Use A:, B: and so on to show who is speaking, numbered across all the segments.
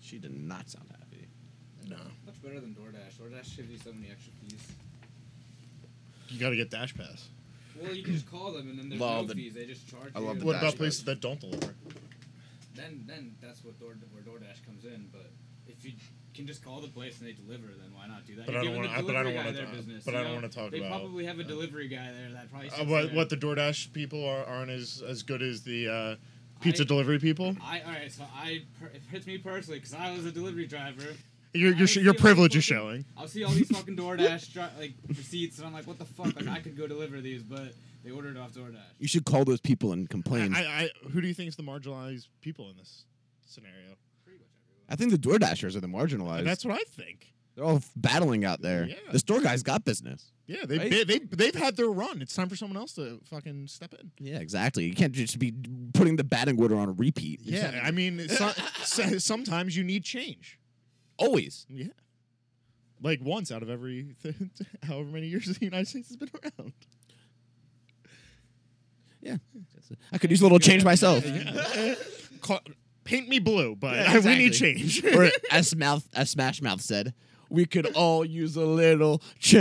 A: She did not sound happy.
B: No.
C: Much better than DoorDash. DoorDash gives you so many extra fees.
B: You got to get Dash Pass.
C: Well, you can just call them and then there's
A: Love
C: no
A: the-
C: fees. They just charge
A: I
C: you.
A: love The
B: what
A: Dash
B: about
A: Pass.
B: places that don't deliver?
C: Then, then that's what Door, where DoorDash comes in. But if you can just call the place and they deliver, then why not do that?
B: But
C: You're
B: I don't
C: giving the
B: wanna- I- but I
C: delivery
B: don't
C: guy
B: wanna
C: their
B: talk-
C: business,
B: but
C: you
B: I don't
C: know?
B: wanna talk
C: They
B: about-
C: probably have a
B: uh,
C: delivery guy there that probably.
B: Uh,
C: sits
B: what
C: there.
B: what the DoorDash people are, aren't as as good as the uh,
C: I-
B: pizza delivery people.
C: I all right. So I per, it hits me personally because I was a delivery driver.
B: Your
C: I
B: your, sh-
C: see
B: your
C: all these
B: privilege is
C: fucking-
B: showing.
C: I'll see all these fucking DoorDash dri- like receipts, and I'm like, what the fuck? Like I could go deliver these, but they ordered off DoorDash.
A: You should call those people and complain. I,
B: I, I who do you think is the marginalized people in this scenario?
C: Pretty much everyone.
A: think the DoorDashers are the marginalized.
B: That's what I think.
A: They're all f- battling out there.
B: Yeah.
A: The store guy's got business.
B: Yeah, they,
A: Right?
B: they they they've had their run. It's time for someone else to fucking step in.
A: Yeah, exactly. You can't just be putting the batting order on repeat. You
B: Yeah,
A: just-
B: I mean, it's not- so- sometimes you need change.
A: always.
B: Yeah, like once out of every th- however many years the United States has been around.
A: Yeah. I could use a little change myself.
B: Ca- paint me blue, but
A: Yeah,
B: we need
A: exactly.
B: change.
A: or as mouth as Smash Mouth said, we could all use a little change.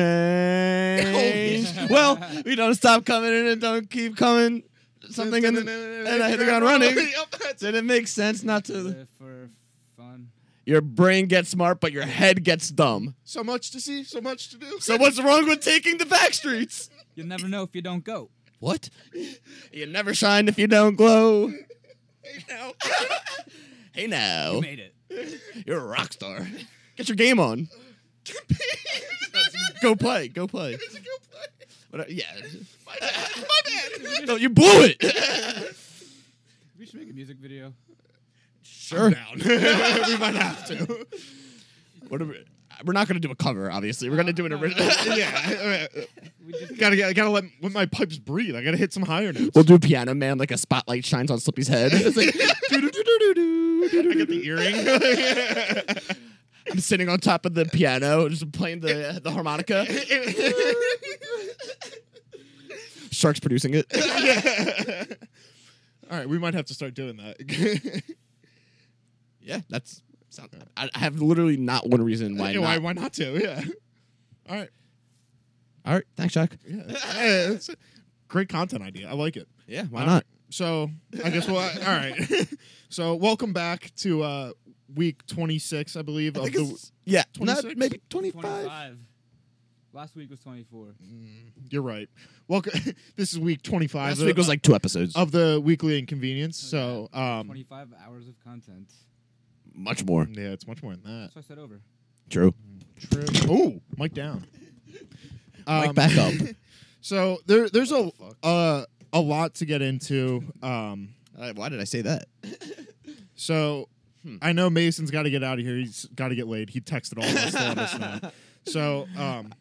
A: well, we don't stop coming in and don't keep coming. Something in the, and I hit the ground running.
B: Yep, that's it.
A: Then it makes sense not to.
C: Live for fun.
A: Your brain gets smart, but your head gets dumb.
B: So much to see, so much to do.
A: So what's wrong with taking the back streets?
C: You'll never know if you don't go.
A: What? You never shine if you don't glow.
B: Hey, now.
A: Hey now,
C: You made it.
A: you're a rock star. Get your game on. go play. Go play.
B: It's a good play.
A: What- yeah.
B: My bad. My bad.
A: No, you blew it.
C: We should make a music video.
A: sure.
B: we might have to.
A: What are we, uh, we're not going to do a cover, obviously. We're going to do an original.
B: yeah. uh,
C: We just
B: Gotta, gotta, gotta let, let my pipes breathe. I gotta hit some higher notes.
A: we'll do Piano Man like a spotlight shines on Slippy's head. It's like,
B: I get the earring.
A: I'm sitting on top of the piano, just playing the, the harmonica. Shark's producing it.
B: All right, we might have to start doing that.
A: Yeah, that's. sound- I, I have literally not one reason why
B: Yeah,
A: not.
B: why, why not to? Yeah. All right.
A: All right, thanks, Jack.
B: Yeah. Yeah, it's a great content idea. I like it.
A: Yeah, why
B: All
A: not?
B: right. So I guess we'll. all right. so welcome back to uh, week 26, I believe.
A: I
B: of
A: think
B: the,
A: it's- yeah, not,
B: 26?
A: maybe 25.
C: 25. Last week was 24.
B: You're right. Welcome. this is week 25.
A: Last
B: of-
A: week was like two episodes.
B: of the weekly inconvenience. So um,
C: 25 hours of content.
A: Much more.
B: yeah, it's much more than that.
C: That's what I said over.
A: True.
B: True. Oh, mic down.
A: Mike
B: Um,
A: back up.
B: So there, there's a uh, a lot to get into. Um,
A: Uh, why did I say that?
B: so I know Mason's got to get out of here. He's got to get laid. He texted all of us to let us know. So um,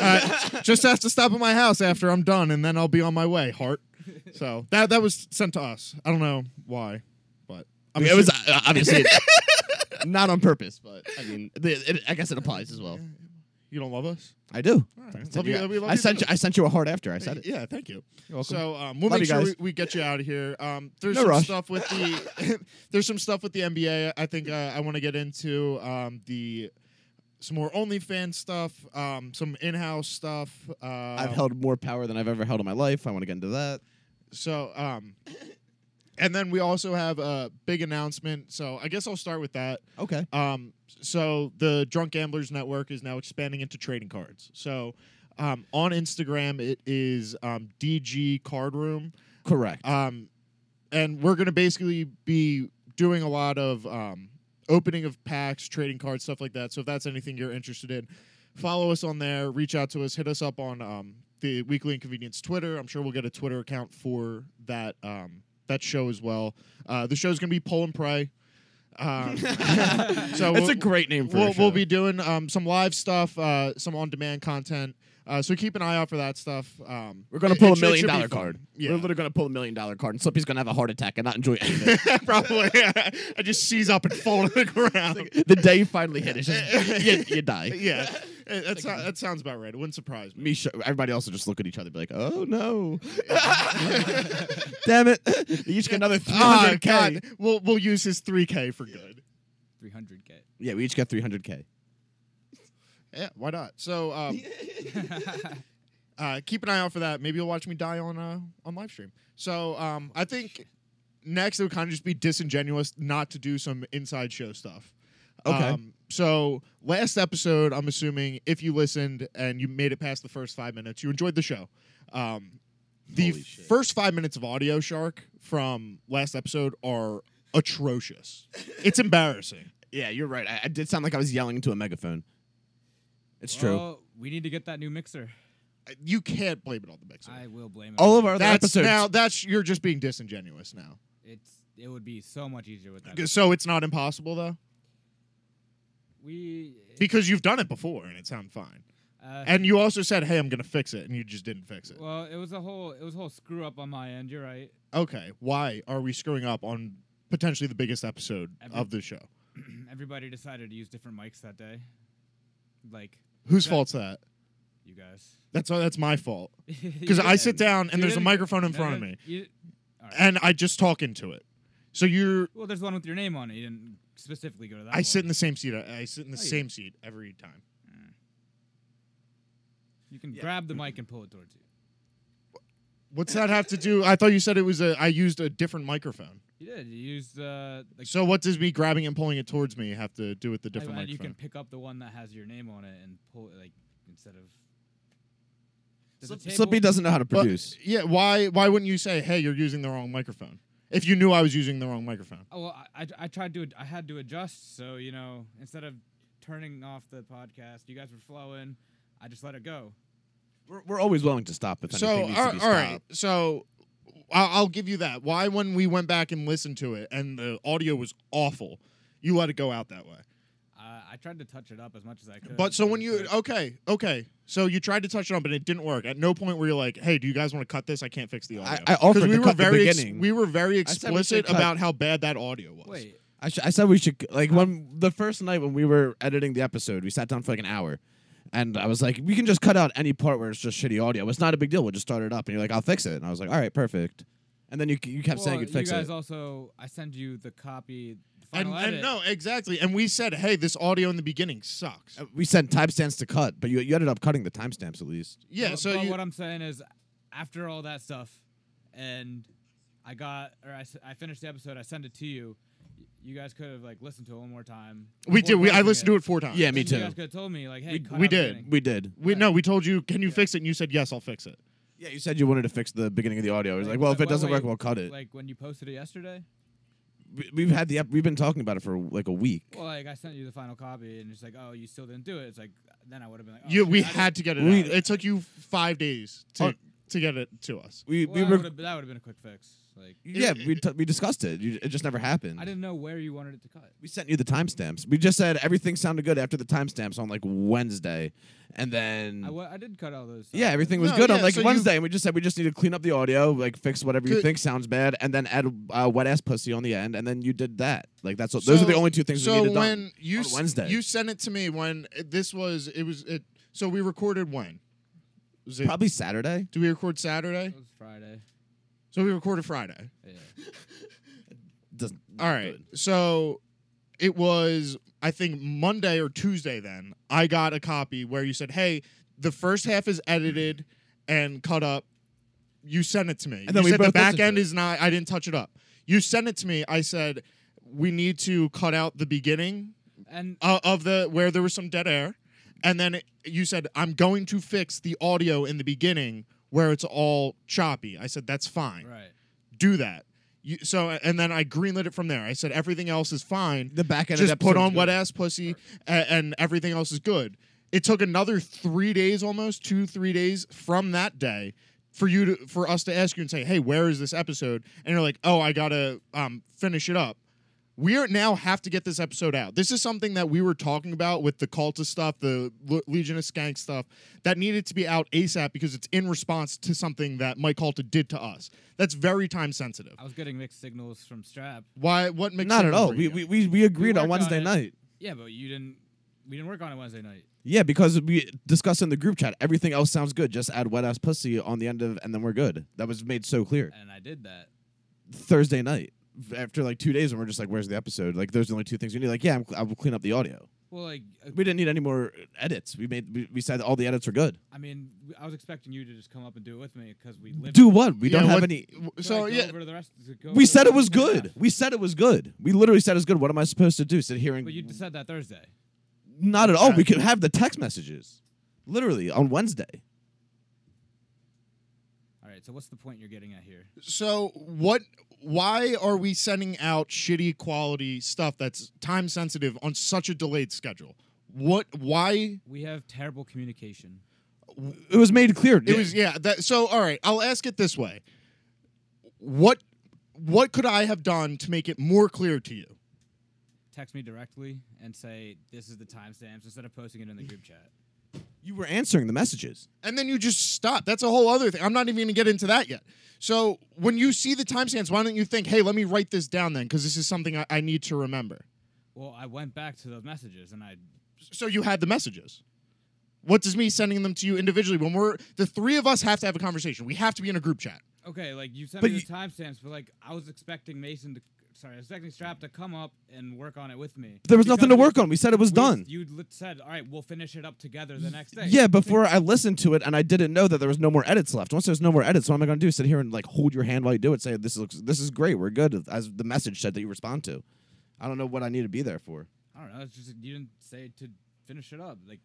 B: uh, just have to stop at my house after I'm done, and then I'll be on my way. Heart. So that that was sent to us. I don't know why, but
A: I
B: I'm
A: mean, it was
B: assuming-
A: uh, obviously not on purpose, but I mean, the, it, I guess it applies as well.
B: You don't love us?
A: I do.
B: All
A: I
B: right.
A: sent
B: Love
A: you,
B: you- we love
A: I
B: you
A: sent
B: too.
A: you. I sent you a heart after I said it.
B: Yeah, thank you.
A: You're welcome.
B: So um, we'll
A: Love
B: make
A: you
B: sure we,
A: guys.
B: we get you out of here. Um, there's
A: No
B: some
A: rush.
B: stuff with the there's some stuff with the NBA. I think uh, I want to get into um, the some more OnlyFans stuff, um, some in-house stuff. Um,
A: I've held more power than I've ever held in my life. I want to get into that.
B: so, um, and then we also have a big announcement. So I guess I'll start with that.
A: Okay.
B: Um, so the Drunk Gamblers Network is now expanding into trading cards. So um, on Instagram, it is um, DG Card Room.
A: Correct.
B: Um, and we're going to basically be doing a lot of um, opening of packs, trading cards, stuff like that. So if that's anything you're interested in, follow us on there, reach out to us, hit us up on um, the Weekly Inconvenience Twitter. I'm sure we'll get a Twitter account for that um, that show as well. Uh, the show's going to be Pull and Pray. Um, so
A: it's
B: we'll-
A: a great name for
B: we'll,
A: a
B: we'll
A: show.
B: be doing um, some live stuff, uh, some on demand content. Uh, so keep an eye out for that stuff. Um,
A: We're gonna
B: it-
A: pull
B: it
A: a
B: should- it
A: million
B: should be
A: dollar
B: fun.
A: card.
B: Yeah.
A: We're literally gonna pull a million dollar card, and Slippy's gonna have a heart attack and not enjoy anything.
B: Probably. I just seize up and fall to the ground.
A: the day you finally hit it, it's just, you, you die.
B: yeah, Eh, that's how- that sounds about right. It wouldn't surprise me.
A: Me, sho- everybody else will just look at each other, and be like, "Oh no, damn it!" They each get another three
B: Ah,
A: hundred k.
B: God. We'll we'll use his three k for good.
C: 300k.
A: Yeah, we each got three hundred k.
B: Yeah, why not? So um, uh, keep an eye out for that. Maybe you'll watch me die on uh, on live stream. So um, I think next it would kind of just be disingenuous not to do some inside show stuff.
A: Okay.
B: Um, so last episode, I'm assuming if you listened and you made it past the first five minutes, you enjoyed the show. Um, the
A: Holy shit.
B: first five minutes of Audio Shark from last episode are atrocious. it's embarrassing.
A: Yeah, you're right. I, I did sound like I was yelling into a megaphone. It's true.
C: Well, we need to get that new mixer.
B: You can't blame it on the mixer.
C: I will blame it.
A: All of our other
B: that's
A: episodes.
B: now that's you're just being disingenuous now.
C: It's it would be so much easier with that.
B: So it's not impossible though,
C: We
B: because you've done it before and it sounded fine.
C: uh,
B: And you also said, "Hey, I'm gonna fix it," and you just didn't fix it.
C: well, it was a whole it was a whole screw up on my end. You're right.
B: Okay, why are we screwing up on potentially the biggest episode
C: Every-
B: of the show?
C: Everybody decided to use different mics that day. Like
B: Whose
C: Yeah.
B: fault's that?
C: you guys.
B: That's uh, that's my fault because I sit down and there's a microphone in front of me and I just talk into it. So you're,
C: well, there's one with your name on it. You didn't specifically go to that.
B: I
C: one.
B: sit in the same seat. uh, I I sit in the
C: Oh, yeah.
B: same seat every time.
C: You can
A: Yeah.
C: grab the mic and pull it towards you.
B: What's that have to do? I thought you said it was a. I used a different microphone.
C: You did. You used uh, like
B: So what does me grabbing and pulling it towards me have to do with the
C: I-
B: different
C: I-
B: microphone?
C: you can pick up the one that has your name on it and pull it like instead of. There's a
A: Slip-
C: table-
A: Slippy doesn't know how to
B: But-
A: produce.
B: Yeah, why why wouldn't you say, "Hey, you're using the wrong microphone"? If you knew I was using the wrong microphone.
C: Oh, well, I, I- I tried to ad- I had to adjust. So you know, instead of turning off the podcast, you guys were flowing. I just let it go.
A: We're, we're always willing to stop if
B: So
A: anything needs
B: all
A: to be
B: all right,
A: stopped.
B: so I'll, I'll give you that. Why when we went back and listened to it and the audio was awful, you let it go out that way.
C: Uh, I tried to touch it up as much as I could.
B: But so when
C: it's
B: you oh,
C: like-
B: okay okay. So you tried to touch it on, but it didn't work. At no point were you like, "Hey, do you guys want to cut this? I can't fix the audio."
A: I offered
B: 'Cause
A: to
B: we were
A: cut the
B: very
A: beginning.
B: we were very
A: I said we should
B: explicit
A: cut-
B: about how bad that audio was.
C: wait,
A: I, sh- I said we should like when the first night when we were editing the episode, we sat down for like an hour, and I was like, "We can just cut out any part where it's just shitty audio. It's not a big deal. We'll just start it up." And you're like, "I'll fix it." And I was like, "All right, perfect." And then you you kept saying
C: well,
A: you'd fix
C: you guys
A: it.
C: also I send you the copy. The
B: And,
C: final
B: and
C: edit.
B: no, exactly. And we said, "Hey, this audio in the beginning sucks."
A: Uh, we sent timestamps to cut, but you you ended up cutting the timestamps at least.
B: Yeah,
C: But-
B: so
C: but
B: you,
C: what I'm saying is, after all that stuff, and I got or I, s- I finished the episode, I sent it to you. y- You guys could have like listened to it one more time.
B: we
C: before
B: did. We, I
C: posting
B: listened to it four times.
A: Yeah, me
C: Then
A: too.
C: You guys could have told me like, hey,
B: We-
C: cut
B: we
C: out the
B: did.
C: beginning.
A: We did.
B: We
C: Yeah.
B: no, we told you, "Can you
C: Yeah.
B: fix it?" And you said, "Yes, I'll fix it."
A: Yeah, you said you wanted to fix the beginning of the audio. I was like, "Well, if it
C: Wait,
A: doesn't
C: wait,
A: work, we'll cut it."
C: Like when you posted it yesterday.
A: We- We've had the ep- we've been talking about it for like a week.
C: Well, like I sent you the final copy, and it's like, oh, you still didn't do it. It's like then I would have been like, oh,
B: you,
C: shit,
B: we
C: I didn't-
B: had to get it.
A: We-
B: out. It took you five days to
A: Oh.
B: to get it to us.
A: We
C: Well,
A: we
C: I
A: were
C: would've- that would have been a quick fix. Like
A: yeah we t- we discussed it. You, it just never happened.
C: I didn't know where you wanted it to cut.
A: We sent you the timestamps. We just said everything sounded good after the timestamps on like Wednesday, and then
C: I, wa- I did cut all those.
A: yeah,
C: out,
A: everything
C: but-
A: was
B: No,
A: good on
B: Mm. yeah,
A: like
B: so you-
A: Wednesday, and we just said we just need to clean up the audio, like fix whatever you
B: Could-
A: think sounds bad, and then add uh, wet ass pussy on the end, and then you did that. Like that's what, those are the
B: So-
A: only two things
B: So
A: we needed
B: when
A: done.
B: you
A: on
B: s-
A: Wednesday.
B: you sent it to me when it- this was it was it. So we recorded when? Was it?
A: Probably Saturday.
B: Do we record Saturday?
C: It was Friday.
B: So we recorded Friday.
C: Yeah.
A: Doesn't-
B: All right. So it was I think Monday or Tuesday then. I got a copy where you said, "Hey, the first half is edited and cut up. You sent it to me.
A: And then
B: you
A: we
B: said the
A: both listened
B: back
A: to
B: end
A: it.
B: is not I didn't touch it up. You sent it to me. I said we need to cut out the beginning
C: And
B: uh, of the where there was some dead air and then it, you said I'm going to fix the audio in the beginning where it's all choppy. I said that's fine
C: right.
B: do that. You, so and then I greenlit it from there. I said everything else is fine.
A: The back end. of the
B: Just put
A: episode was
B: on
A: good.
B: wet ass pussy, and, and everything else is good. It took another three days, almost two three days from that day, for you to for us to ask you and say, hey, where is this episode? And you're like, oh, I gotta um, finish it up. we are now have to get this episode out. This is something that we were talking about with the cultist stuff, the Le- Legion of Skank stuff that needed to be out ASAP because it's in response to something that Mike Calta did to us. That's very time sensitive.
C: I was getting mixed signals from Strap.
B: Why? What makes
A: Not
B: it
A: at all.
B: over
A: We,
B: you?
A: we, we, we agreed
C: We
A: on
C: worked on
A: Wednesday
C: it.
A: night.
C: Yeah, but you didn't. We didn't work on it Wednesday night.
A: Yeah, because we discussed in the group chat, everything else sounds good. Just add wet ass pussy on the end of, and then we're good. That was made so clear.
C: and I did that.
A: Thursday night, after like two days, and we're just like, where's the episode? Like, those are the only two things we need. Like, yeah, I'm, I will clean up the audio.
C: Well, like, uh,
A: We didn't need any more edits. We made, we, we said all the edits are good.
C: I mean, w- I was expecting you to just come up and do it with me because we lived.
A: Do what? We
B: Yeah,
A: don't have
B: what-
A: any.
B: w-
C: to,
B: So
C: like, go
B: yeah,
C: over to the rest- to go over
A: We
C: the
A: said it
C: rest
A: was
C: of the
A: good.
C: stuff.
A: We said it was good. We literally said it was good. What am I supposed to do? Sit here and
C: But you just said that Thursday.
A: not at all. We could have the text messages, literally on Wednesday.
C: All right. So what's the point you're getting at here?
B: So what? Why are we sending out shitty quality stuff that's time sensitive on such a delayed schedule? What? Why?
C: We have terrible communication.
A: It was made clear.
B: It was yeah. That so all right. I'll ask it this way. What? What could I have done to make it more clear to you?
C: Text me directly and say this is the timestamps instead of posting it in the group chat.
A: you were answering the messages.
B: And then you just stop. That's a whole other thing. I'm not even going to get into that yet. So when you see the timestamps, why don't you think, hey, let me write this down then, because this is something I, I need to remember.
C: Well, I went back to those messages and I
B: So you had the messages. What does me sending them to you individually when we're the three of us have to have a conversation? We have to be in a group chat.
C: okay, like you sent
A: But
C: me the timestamps, but like I was expecting Mason to, sorry, I was expecting Strap to come up and work on it with me.
A: There was nothing to
C: Because
A: work on. We said it was
C: we-
A: done.
C: You li- said, all right, we'll finish it up together the next day.
A: Yeah, before I listened to it and I didn't know that there was no more edits left. Once there's no more edits, what am I going to do? Sit here and like hold your hand while you do it? Say this looks this is great. We're good as the message said that you respond to. I don't know what I need to be there for.
C: I don't know. It's just you didn't say to finish it up. Like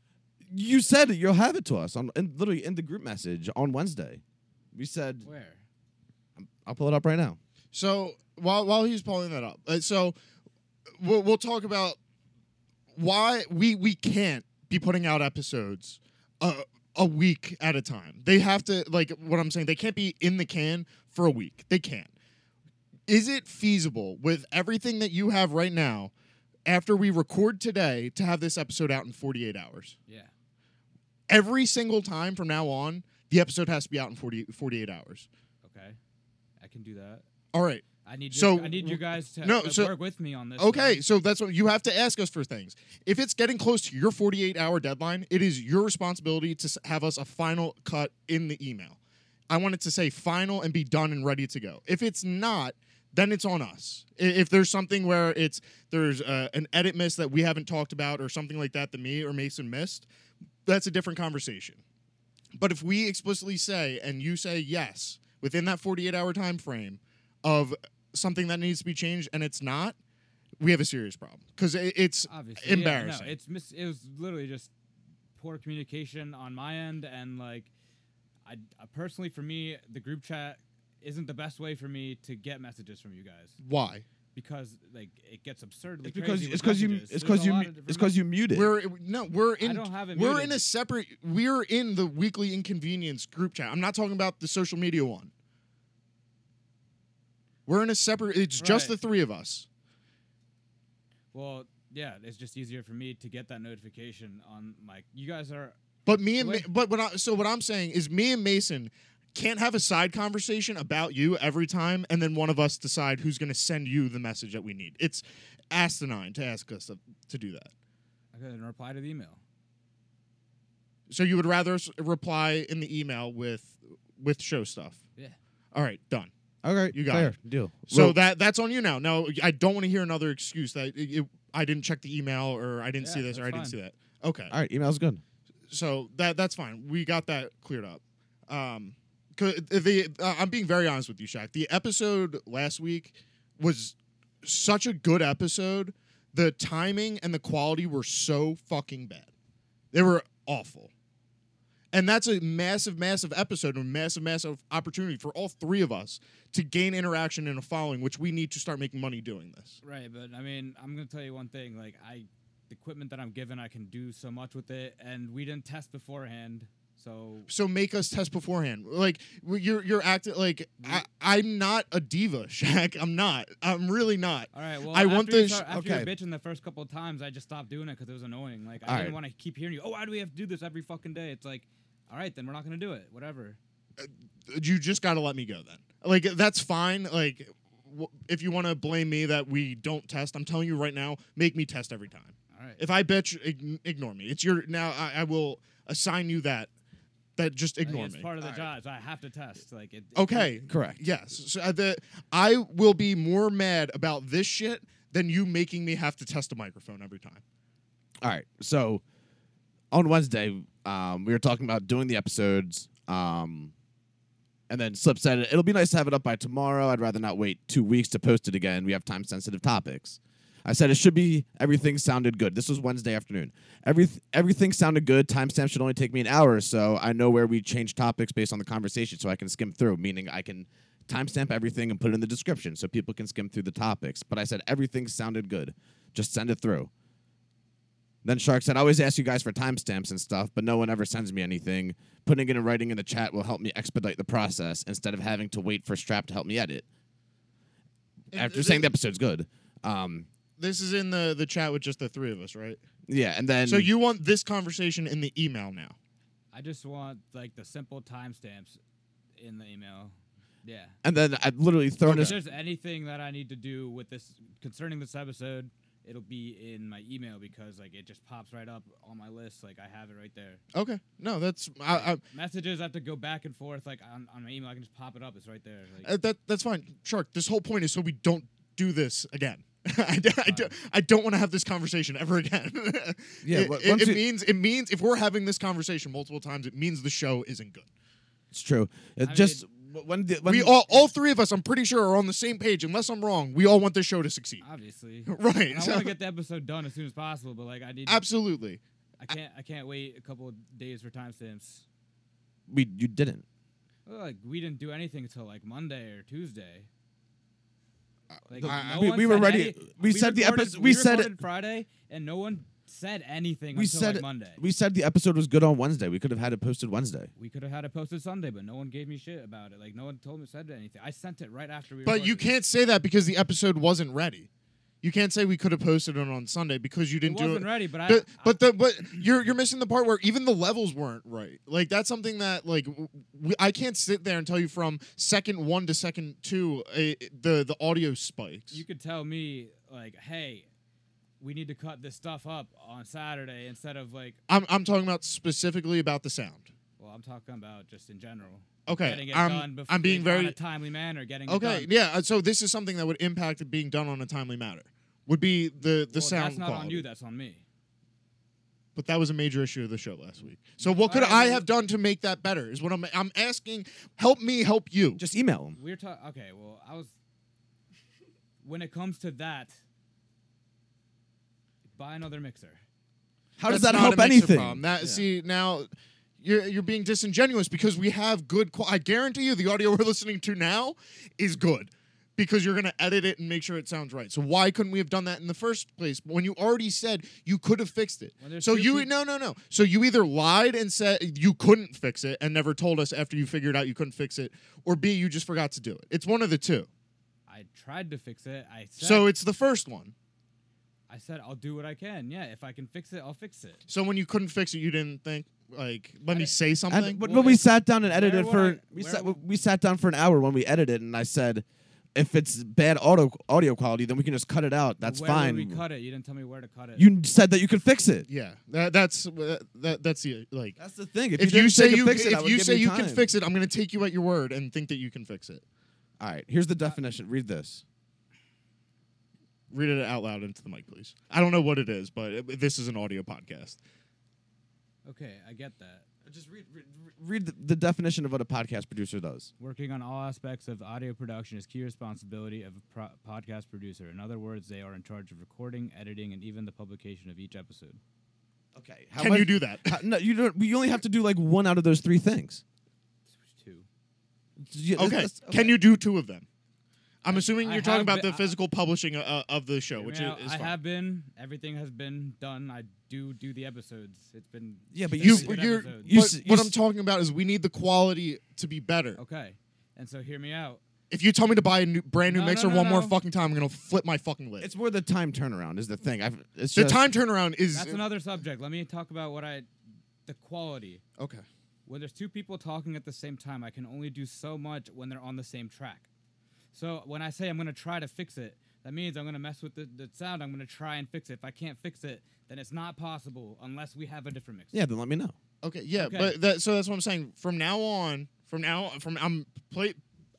A: You said you'll have it to us on in, literally in the group message on Wednesday. We said
C: where?
A: I'll pull it up right now.
B: So while while he's pulling that up, uh, so we'll, we'll talk about why we we can't be putting out episodes a, a week at a time. They have to like what I'm saying. They can't be in the can for a week. They can't. Is it feasible with everything that you have right now? After we record today, to have this episode out in 48 hours.
C: Yeah.
B: Every single time from now on, the episode has to be out in 40, 48 hours.
C: Okay. I can do that.
B: All right.
C: I need
B: So,
C: you, I need you guys to
B: no,
C: uh,
B: so-
C: work with me on this.
B: Okay,
C: one.
B: so that's what you have to ask us for things. If it's getting close to your 48 hour deadline, it is your responsibility to s- have us a final cut in the email. I want it to say final and be done and ready to go. If it's not, then it's on us. I- If there's something where it's there's uh, an edit miss that we haven't talked about or something like that that me or Mason missed, that's a different conversation. But if we explicitly say and you say yes within that 48 hour time frame of something that needs to be changed and it's not, we have a serious problem because it's
C: obviously yeah,
B: embarrassing.
C: no, it's mis- it was literally just poor communication on my end, and like, I uh, personally for me the group chat isn't the best way for me to get messages from you guys
B: why
C: because like it gets absurdly
A: It's because
C: crazy with
A: it's because you
C: messages.
A: it's
C: There's
A: because
C: a
A: you
C: lot
A: mu-
C: of different
A: it's because you muted.
B: we're no we're in
C: don't have it
B: we're
C: muted.
B: in a separate we're in the weekly inconvenience group chat. I'm not talking about the social media one. We're in a separate. It's just the
C: Right.
B: three of us.
C: messages. well yeah it's just easier for me to get that notification on like you guys are
B: But me and Ma-
C: Wait.
B: but what I, so what I'm saying is me and Mason can't have a side conversation about you every time, and then one of us decide who's going to send you the message that we need. It's asinine to ask us to, to do that.
C: okay then reply to the email
B: So you would rather s- reply in the email with with show stuff.
C: yeah
B: All right, done.
A: okay,
B: you got
A: fair deal.
B: So
A: Well,
B: that that's on you now. Now I don't want to hear another excuse that it, it- I didn't check the email or I didn't see
C: Yeah,
B: this or
C: that's
B: I didn't
C: fine.
B: see that. Okay.
A: all right, email's good.
B: so that that's fine. We got that cleared up. Um, 'cause the uh, I'm being very honest with you, Shaq. The episode last week was such a good episode. The timing and the quality were so fucking bad. They were awful. And that's a massive, massive episode, and a massive, massive opportunity for all three of us to gain interaction and a following, which we need to start making money doing this.
C: Right, but I mean, I'm gonna tell you one thing. Like, I, the equipment that I'm given, I can do so much with it, and we didn't test beforehand, So
B: So make us test beforehand. Like w- you're you're acting like I, I'm not a diva, Shaq. I'm not. I'm really not.
C: all right. Well,
B: I
C: after
B: want
C: you
B: this-
C: Start, after
A: okay.
C: you're bitching the first couple of times, I just stopped doing it because it was annoying. Like I
A: All
C: didn't
A: right.
C: want to keep hearing you. Oh, why do we have to do this every fucking day? It's like, all right, then we're not gonna do it. Whatever.
B: You just got to let me go then. Like that's fine. Like w- if you want to blame me that we don't test, I'm telling you right now, make me test every time.
C: All right.
B: If I bitch, ign- ignore me. It's your now. I, I will assign you that. That just
C: Like,
B: ignore
C: it's
B: me.
C: part of the
A: All right.
C: job. So I have to test. Like it. it-
B: Okay.
A: Correct.
B: Yes. So uh, the I will be more mad about this shit than you making me have to test a microphone every time.
A: All right. So on Wednesday, um, we were talking about doing the episodes. Um, and then Slip said, it'll be nice to have it up by tomorrow. I'd rather not wait two weeks to post it again. We have time sensitive topics. I said, it should be everything sounded good. This was Wednesday afternoon. Every, everything sounded good. Timestamp should only take me an hour or so. I know where we change topics based on the conversation so I can skim through, meaning I can timestamp everything and put it in the description so people can skim through the topics. But I said, everything sounded good. Just send it through. Then Shark said, I always ask you guys for timestamps and stuff, but no one ever sends me anything. Putting it in writing in the chat will help me expedite the process instead of having to wait for Strap to help me edit. After
B: th-
A: saying the episode's good. Um,
B: This is in the the chat with just the three of us, right?
A: yeah, and then
B: so you want this conversation in the email now?
C: I just want like the simple timestamps in the email. Yeah.
A: and then I've literally thrown
B: Okay.
C: If
A: this
C: there's anything that I need to do with this concerning this episode, it'll be in my email because like it just pops right up on my list. Like I have it right there.
B: Okay. No, that's I,
C: Messages I have to go back and forth like on, on my email. I can just pop it up. It's right there. Like,
B: I uh, that that's fine. Shark, this whole point is so we don't do this again. I, d- I, do, not want to have this conversation ever again.
A: Yeah,
B: it,
A: but
B: it-
A: once
B: it
A: you-
B: means it means if we're having this conversation multiple times, it means the show isn't good.
A: it's true. It
C: I
A: just w- when, the, when
B: we all all three of us, I'm pretty sure, are on the same page. Unless I'm wrong, we all want this show to succeed.
C: obviously.
B: right.
C: And I
B: so-
C: want to get the episode done as soon as possible, but like I need,
B: absolutely.
C: I can't, I can't wait a couple of days for timestamps.
A: we you didn't.
C: Well, like we didn't do anything until like Monday or Tuesday. Like,
B: I-
A: we-
C: one
A: we were
C: said
A: ready- we said the
C: recorded-
A: epis- we said it-
C: recorded Friday, and no one said anything
A: We
C: until
A: said
C: like,
A: it-
C: Monday.
A: We said the episode was good on Wednesday. We could have had it posted Wednesday.
C: We could have had it posted Sunday, but no one gave me shit about it. Like no one told me said anything. I sent it right after we.
B: But you
C: recorded.
B: can't say that because the episode wasn't ready. You can't say we could have posted it on Sunday because you
C: It
B: didn't do
C: wasn't
B: it.
C: ready, but I.
B: But but the but you're you're missing the part where even the levels weren't right. Like that's something that like w- we, I can't sit there and tell you from second one to second two uh, the the audio spikes.
C: you could tell me like, hey, we need to cut this stuff up on Saturday instead of like.
B: I'm I'm talking about specifically about the sound.
C: Well, I'm talking about just in general. Getting
B: Okay,
C: it done
B: I'm
C: before,
B: I'm being
C: in a
B: very
C: timely manner. Getting it
B: okay.
C: done.
B: Yeah, uh, so this is something that would impact it being done on a timely matter. Would be the the
C: well,
B: sound
C: That's not
B: quality.
C: on you. That's on me.
B: but that was a major issue of the show last week. So what could
C: All
B: I
C: right, well-
B: have done to make that better? Is what I'm I'm asking. Help me, help you.
A: Just email them.
C: We're talking. Okay, well, I was. When it comes to that, buy another mixer.
A: How does
B: That's
A: that
B: not
A: help
B: a mixer
A: anything?
B: problem. That see now. You're, you're being disingenuous because we have good. Qual- I guarantee you, the audio we're listening to now is good because you're going to edit it and make sure it sounds right. So why couldn't we have done that in the first place? When you already said you could have fixed it.
C: When there's
B: So
C: two
B: you
C: peop-
B: no no no. So you either lied and said you couldn't fix it and never told us after you figured out you couldn't fix it, or B you just forgot to do it. It's one of the two.
C: I tried to fix it. I said,
B: So it's the first one.
C: I said I'll do what I can. Yeah, if I can fix it, I'll fix it.
B: So when you couldn't fix it, you didn't think like let me say something.
A: And, but
C: Well,
A: when we
C: it's-
A: sat down and edited
C: where
A: for
C: would I-
A: we
C: where
A: sat
C: would-
A: we sat down for an hour when we edited, and I said, if it's bad audio audio quality, then we can just cut it out. That's
C: Where would
A: fine.
C: we cut it? You didn't tell me where to cut it.
A: You said that you could fix it.
B: Yeah, that, that's uh, that, that's the like.
A: That's the thing. If,
B: if
A: you,
B: you
A: didn't say
B: say
A: could
B: you
A: fix it,
B: if you say you can fix it, I'm gonna take you at your word and think that you can fix it.
A: All right, here's
B: Uh,
A: the definition. Read this.
B: Read it out loud into the mic, please. I don't know what it is, but it- this is an audio podcast.
C: okay, I get that.
A: Just read read, read the, the definition of what a podcast producer does.
C: Working on all aspects of audio production is key responsibility of a pro- podcast producer. In other words, they are in charge of recording, editing, and even the publication of each episode.
A: Okay, how
B: can
A: much-
B: you do that?
A: how- no, you don't. You only have to do like one out of those three things.
C: There's Two.
A: You-
B: okay.
A: that's-
B: Can you do two of them? I'm assuming
C: I
B: you're talking
C: have
B: about
C: been-
B: the physical publishing uh, of the show,
C: I
B: which
C: mean,
B: is,
C: I-
B: is
C: I
B: fine.
C: have been. Everything has been done. I do do the episodes. It's been
A: Yeah, but
C: it's
A: you-
B: you,
C: been good
B: you're,
C: episodes.
A: You
B: but
A: s- you
B: what
A: s-
B: I'm talking about is we need the quality to be better.
C: okay. And so hear me out.
B: If you tell me to buy a new, brand new
C: No, no,
B: mixer
C: no,
B: one more
C: no.
B: fucking time, I'm gonna flip my fucking lid.
A: It's more the time turnaround is the thing. I've it's
B: the
A: just,
B: time turnaround is
C: That's another subject. Let me talk about what I, the quality.
B: okay.
C: When there's two people talking at the same time, I can only do so much when they're on the same track. So when I say I'm gonna try to fix it, that means I'm gonna mess with the, the sound. I'm gonna try and fix it. If I can't fix it, then it's not possible unless we have a different mix.
A: Yeah, then let me know.
B: Okay, yeah,
C: Okay.
B: but that, so that's what I'm saying. From now on, from now from I'm play.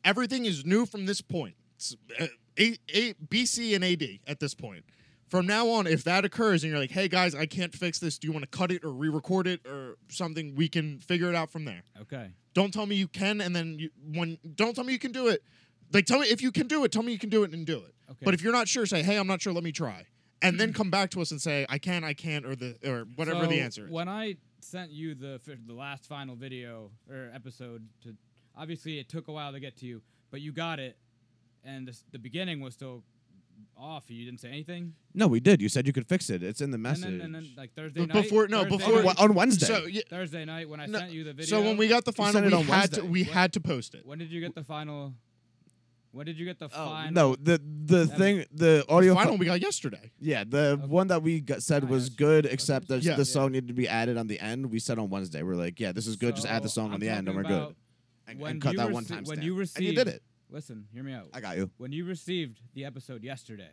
B: Everything is new from this point. It's, uh, a, a, BC and AD at this point. From now on, if that occurs and you're like, "Hey guys, I can't fix this. Do you want to cut it or re-record it or something? We can figure it out from there."
C: Okay.
B: Don't tell me you can, and then you, when don't tell me you can do it. Like, tell me if you can do it. Tell me you can do it and do it.
C: Okay. Mm.
B: But if you're not sure, say, "Hey, I'm not sure. Let me try," and then come back to us and say, "I can, I can't," or the or whatever the
C: So,
B: answer is.
C: When I sent you the fi- the last final video or episode to, obviously it took a while to get to you, but you got it, and the, s- the beginning was still off. You didn't say anything.
A: No, we did. You said you could fix it. It's in the message.
C: And then, and then like Thursday
B: B-
C: night.
B: before- no,
C: Thursday
B: before-
A: on,
C: night,
A: Wed- on Wednesday.
B: So yeah,
C: Thursday night when I
B: No,
C: sent you the video.
B: So when we got the final,
A: sent it
B: we
A: on
B: had to
A: Wednesday.
B: we had to post it.
C: When did you get the final? When did you get the
A: oh,
C: final?
A: no, the the
C: That-
A: thing, the audio.
B: The final we got yesterday.
A: yeah, the
C: Okay.
A: one that we got, said
C: Ah,
A: was
C: yes.
A: good, except that
B: Yeah.
A: the song needed to be added on the end. We said on Wednesday, we're like, yeah, this is good. just add the
C: So,
A: song on
C: I'm
A: the end, and
C: talking
A: we're good.
C: about
A: And,
C: when
A: and cut
C: you
A: that one
C: rece-
A: time.
C: when
A: and
C: you
A: you did
C: received-
A: it.
C: Listen, hear me out.
A: I got you.
C: when you received the episode yesterday,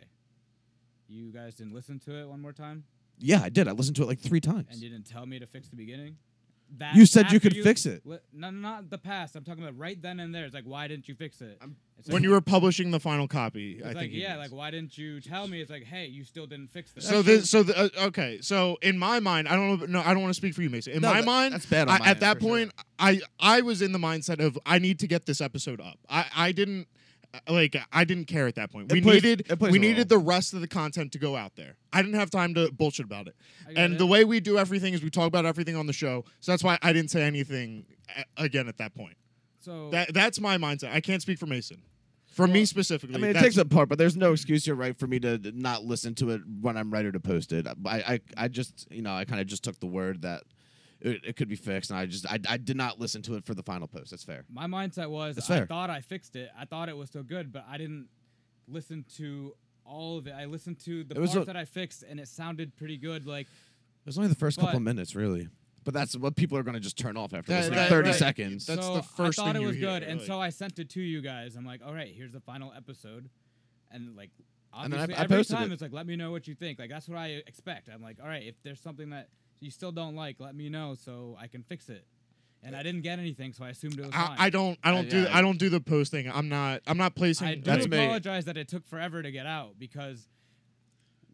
C: you guys didn't listen to it one more time.
A: Yeah, I did. I listened to it like three times.
C: and you didn't tell me to fix the beginning. That
A: You said you
C: after
A: could fix it.
C: Wha- No, no, not the past. I'm talking about right then and there. It's like, why didn't you fix it? It's
B: When
C: like-
B: you were publishing the final copy,
C: it's
B: I
C: like,
B: think. he
C: yeah,
B: means.
C: like why didn't you tell me? It's like, hey, you still didn't fix this.
B: So this, so the, uh, okay, so in my mind, I don't know. No, I don't want to speak for you, Mason. In
A: No,
B: my
A: that-
B: mind,
A: that's bad on
B: I-
A: my
B: at
A: end,
B: that
A: for sure.
B: point, I I was in the mindset of I need to get this episode up. I I didn't uh, like I didn't care at that point.
A: It
B: We
A: plays-
B: needed
A: it plays
B: we
A: a role.
B: needed the rest of the content to go out there. I didn't have time to bullshit about it.
C: I got
B: And
C: it.
B: the way we do everything is we talk about everything on the show. So that's why I didn't say anything a- again at that point.
C: so
B: That that's my mindset. I can't speak for Mason. For me
C: Well,
B: specifically,
A: I mean, it
B: that's-
A: takes apart, but there's no excuse. You're right for me to d- not listen to it when I'm ready to post it. I, I, I just, you know, I kind of just took the word that it, it could be fixed, and I just, I, I did not listen to it for the final post. That's fair.
C: my mindset was,
A: That's
C: I
A: fair.
C: thought I fixed it. I thought it was still good, but I didn't listen to all of it. I listened to the
A: It was
C: parts
A: a-
C: that I fixed, and it sounded pretty good. Like
A: It was only the first couple
C: But-
A: minutes, really. But that's what people are going to just turn off after
B: That-
A: this, like
B: that-
A: 30
B: right.
A: seconds.
B: That's
C: so
B: the first
C: I thought
B: thing
C: it
B: you
C: was
B: hear,
C: good, and
B: like-
C: so I sent it to you guys. I'm like, all right, here's the final episode, and like
A: And then I-
C: obviously
A: I
C: every
A: posted
C: time
A: it.
C: it's like, let me know what you think. Like that's what I expect. I'm like, all right, if there's something that you still don't like, let me know so I can fix it. And I didn't get anything, so I assumed it was
B: I,
C: fine.
B: I don't I don't
A: Uh,
B: do
A: yeah.
B: I don't do the posting. I'm not I'm not placing.
C: I do
A: That's me.
C: apologize that it took forever to get out because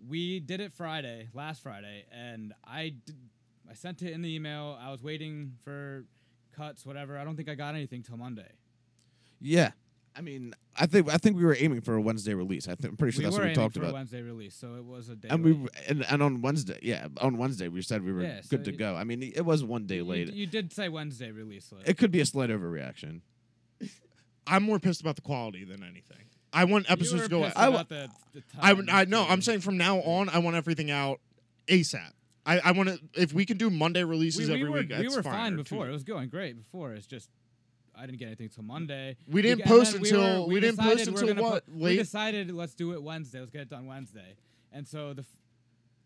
C: we did it Friday, last Friday, and I did, I sent it in the email. I was waiting for cuts, whatever. I don't think I got anything till Monday.
A: yeah. I mean, I think I think we were aiming for a Wednesday release. I think, I'm pretty sure
C: we
A: that's
C: were
A: what we
C: aiming
A: talked
C: for a
A: about.
C: Wednesday release, so it was a day.
A: And we
C: late.
A: and, and on Wednesday, yeah, on Wednesday we said we were
C: Yeah, so
A: good to
C: you-
A: go. I mean, it was one day
C: You-
A: late.
C: You, did say Wednesday release. List.
A: it could be a slight overreaction.
B: I'm more pissed about the quality than anything. I want episodes to go out.
C: I,
A: I wa-
C: about the, the time.
B: I would- I no.
C: period.
B: I'm saying from now on, I want everything out ASAP. I, I want to if we can do Monday
C: we,
B: releases
C: we
B: every
C: were,
B: week.
C: we
B: that's
C: were
B: fine,
C: fine
B: or
C: before.
B: Tuesday.
C: It was going great before. It's just I didn't get anything till Monday.
B: We didn't
C: and then
B: post
C: we
B: until-
C: were-
B: we didn't post
C: decided we're
B: until
C: gonna po-
B: what,
C: We
B: late?
C: decided let's do it Wednesday. Let's get it done Wednesday. And so the f-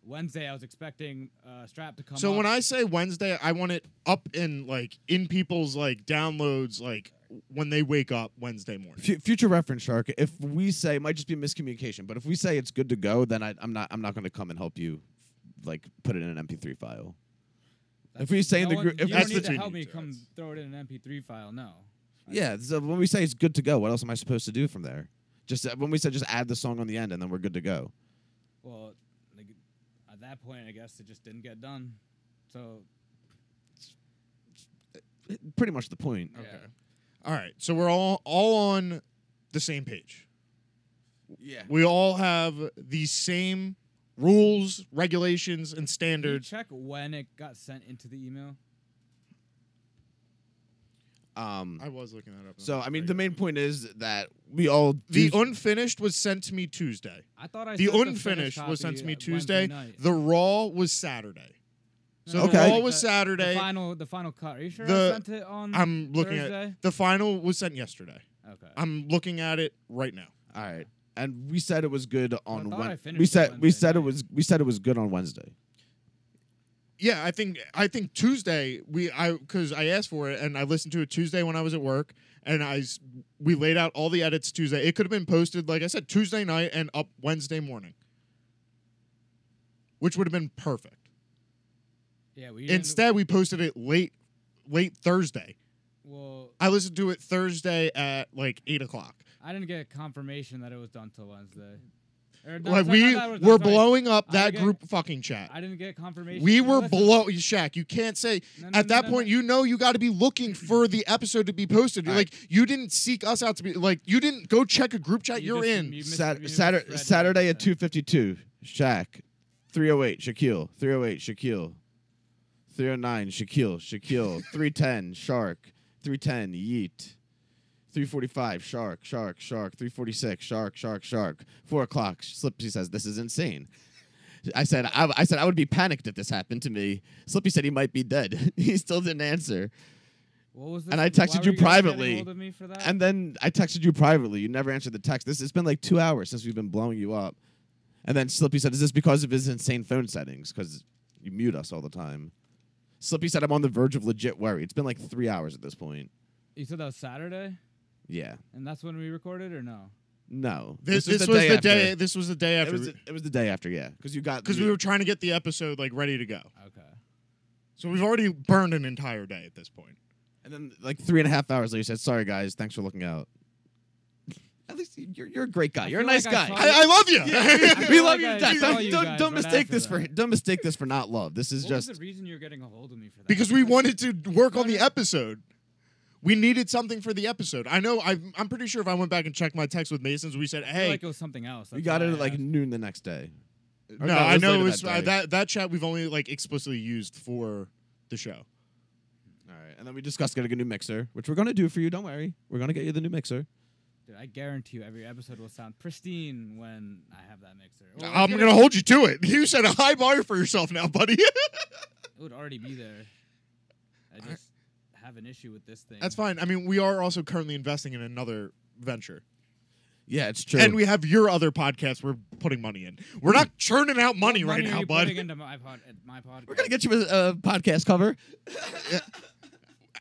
C: Wednesday I was expecting uh, Strap to come.
B: So
C: up.
B: when I say Wednesday, I want it up in like in people's like downloads like when they wake up Wednesday morning.
A: Fu future reference, Shark. If we say it might just be miscommunication, but if we say it's good to go, then I, I'm not. I'm not going to come and help you, like put it in an MP3 file. if we say
C: no
A: in the
C: one-
A: group,
C: you
A: if
C: don't
B: that's
A: that's
B: the
C: need
A: the
C: to
B: two
C: help me
B: needs,
C: come
B: that's-
C: throw it in an MP3 file. No.
A: yeah. So when we say it's good to go, what else am I supposed to do from there? Just uh, when we said just add the song on the end and then we're good to go.
C: Well, like, at that point, I guess it just didn't get done. So
A: Pretty much the point.
C: Yeah.
B: Okay. All right. So we're all all on the same page.
A: Yeah.
B: We all have the same rules, regulations, and
C: Can you
B: standards.
C: check when it got sent into the email?
A: Um,
B: I was looking that up.
A: so I mean, the main point is that we all do
B: the unfinished was sent to me Tuesday.
C: I thought I
B: The
C: sent
B: unfinished
C: finished
B: was sent
C: copy
B: to me
C: at
B: Tuesday.
C: Wednesday night.
B: The raw was Saturday. So the
A: Okay.
B: raw was
C: The- the
B: Saturday.
C: The final, the final cut. Are you sure
B: The-
C: I sent it on?
B: I'm looking
C: Thursday?
B: at the final was sent yesterday.
C: okay.
B: I'm looking at it right now.
A: all right. And we said it was good on
C: thought I
A: Wednesday.
C: finished
A: We
C: it
A: said we
C: Wednesday
A: said it
C: night.
A: was we said it was good on Wednesday.
B: Yeah, I think I think Tuesday we I because I asked for it and I listened to it Tuesday when I was at work and I s- we laid out all the edits Tuesday. It could have been posted like I said Tuesday night and up Wednesday morning, which would have been perfect.
C: yeah, we didn't-
B: Instead, we posted it late late Thursday.
C: Well,
B: I listened to it Thursday at like eight o'clock.
C: I didn't get confirmation that it was done till Wednesday. Or not
B: Like
C: till-
B: we
C: not that it was
B: were
C: done, sorry.
B: blowing up
C: I
B: that
C: get-
B: group fucking chat.
C: I didn't get confirmation.
B: We
C: You
B: were
C: listen-
B: below Shaq. You can't say
C: No, no,
B: at
C: no,
B: that
C: no,
B: point.
C: no.
B: You know you got to be looking for the episode to be posted. You're
A: All right.
B: Like you didn't seek us out to be like you didn't go check a group chat
C: You
B: you are
C: just-
B: in.
C: you missed- you
A: Sat-
C: missed
A: Saturday,
C: Fred
A: Saturday at
C: Anderson.
A: two fifty two. Shaq, three oh eight. Shaquille, three oh eight. Shaquille, three oh nine. Shaquille, Shaquille, three ten. Shark, three ten. Yeet, three forty five. Shark, shark, shark. Three forty six. Shark, shark, shark. Four o'clock. Slipsy says this is insane. I said I, I said I would be panicked if this happened to me. Slippy said he might be dead. he still didn't answer.
C: What was this?
A: and I
C: Why
A: texted
C: were
A: you
C: guys getting
A: privately,
C: hold of me for that?
A: And then I texted you privately. You never answered the text. This it's been like two hours since we've been blowing you up. And then Slippy said, "Is this because of his insane phone settings? Because you mute us all the time." Slippy said, "I'm on the verge of legit worry." It's been like three hours at this point.
C: you said that was Saturday,
A: Yeah.
C: and that's when we recorded, or no?
A: No.
B: This, this, was the
A: after.
B: day. This was the day
A: It
B: after
A: was, it was the day after. Yeah, because you got
B: because we were trying to get the episode like ready to go.
C: Okay.
B: So we've already burned an entire day at this point.
A: and then like three and a half hours later you said, "Sorry guys, thanks for looking out." at least you're you're a great guy.
C: I
A: You're a
C: feel
A: nice
C: like I
A: guy.
C: saw
B: I, I love you.
A: we
C: feel
A: love
C: like
A: you to
C: I
A: death.
C: saw
A: Don't,
C: you
A: don't,
C: guys
A: don't
C: right
A: mistake
C: after
A: this for
C: that.
A: don't mistake this for not love. This is
C: What
A: just
C: was the reason you're getting a hold of me for that?
B: because we wanted to work on the episode. We needed something for the episode. I know. I, I'm pretty sure if I went back and checked my text with Masons, we said,
C: I feel
B: "Hey,
C: like it was something else.
A: we
C: That's
A: got
C: why
A: it
C: I
A: at like
C: asked.
A: noon the next day. Or
B: No,
A: no, it
B: I
A: was
B: know
A: later
B: it was
A: that
B: uh,
A: day.
B: that that chat we've only like explicitly used for the show.
A: All right, and then we discussed getting a new mixer, which we're gonna do for you. Don't worry, we're gonna get you the new mixer.
C: Dude, I guarantee you, every episode will sound pristine when I have that mixer. Or
B: I'm
C: if you
B: gonna
C: don't,
B: hold you to it. You set a high bar for yourself now, buddy.
C: It would already be there. I just have an issue with this thing.
B: That's fine. I mean, we are also currently investing in another venture,
A: Yeah, it's true.
B: and we have your other podcast. We're putting money in. We're not churning out
C: What
B: money, right
C: are
B: now,
C: you
B: bud.
C: putting into my pod, at my podcast.
A: are gonna get you a, a podcast cover.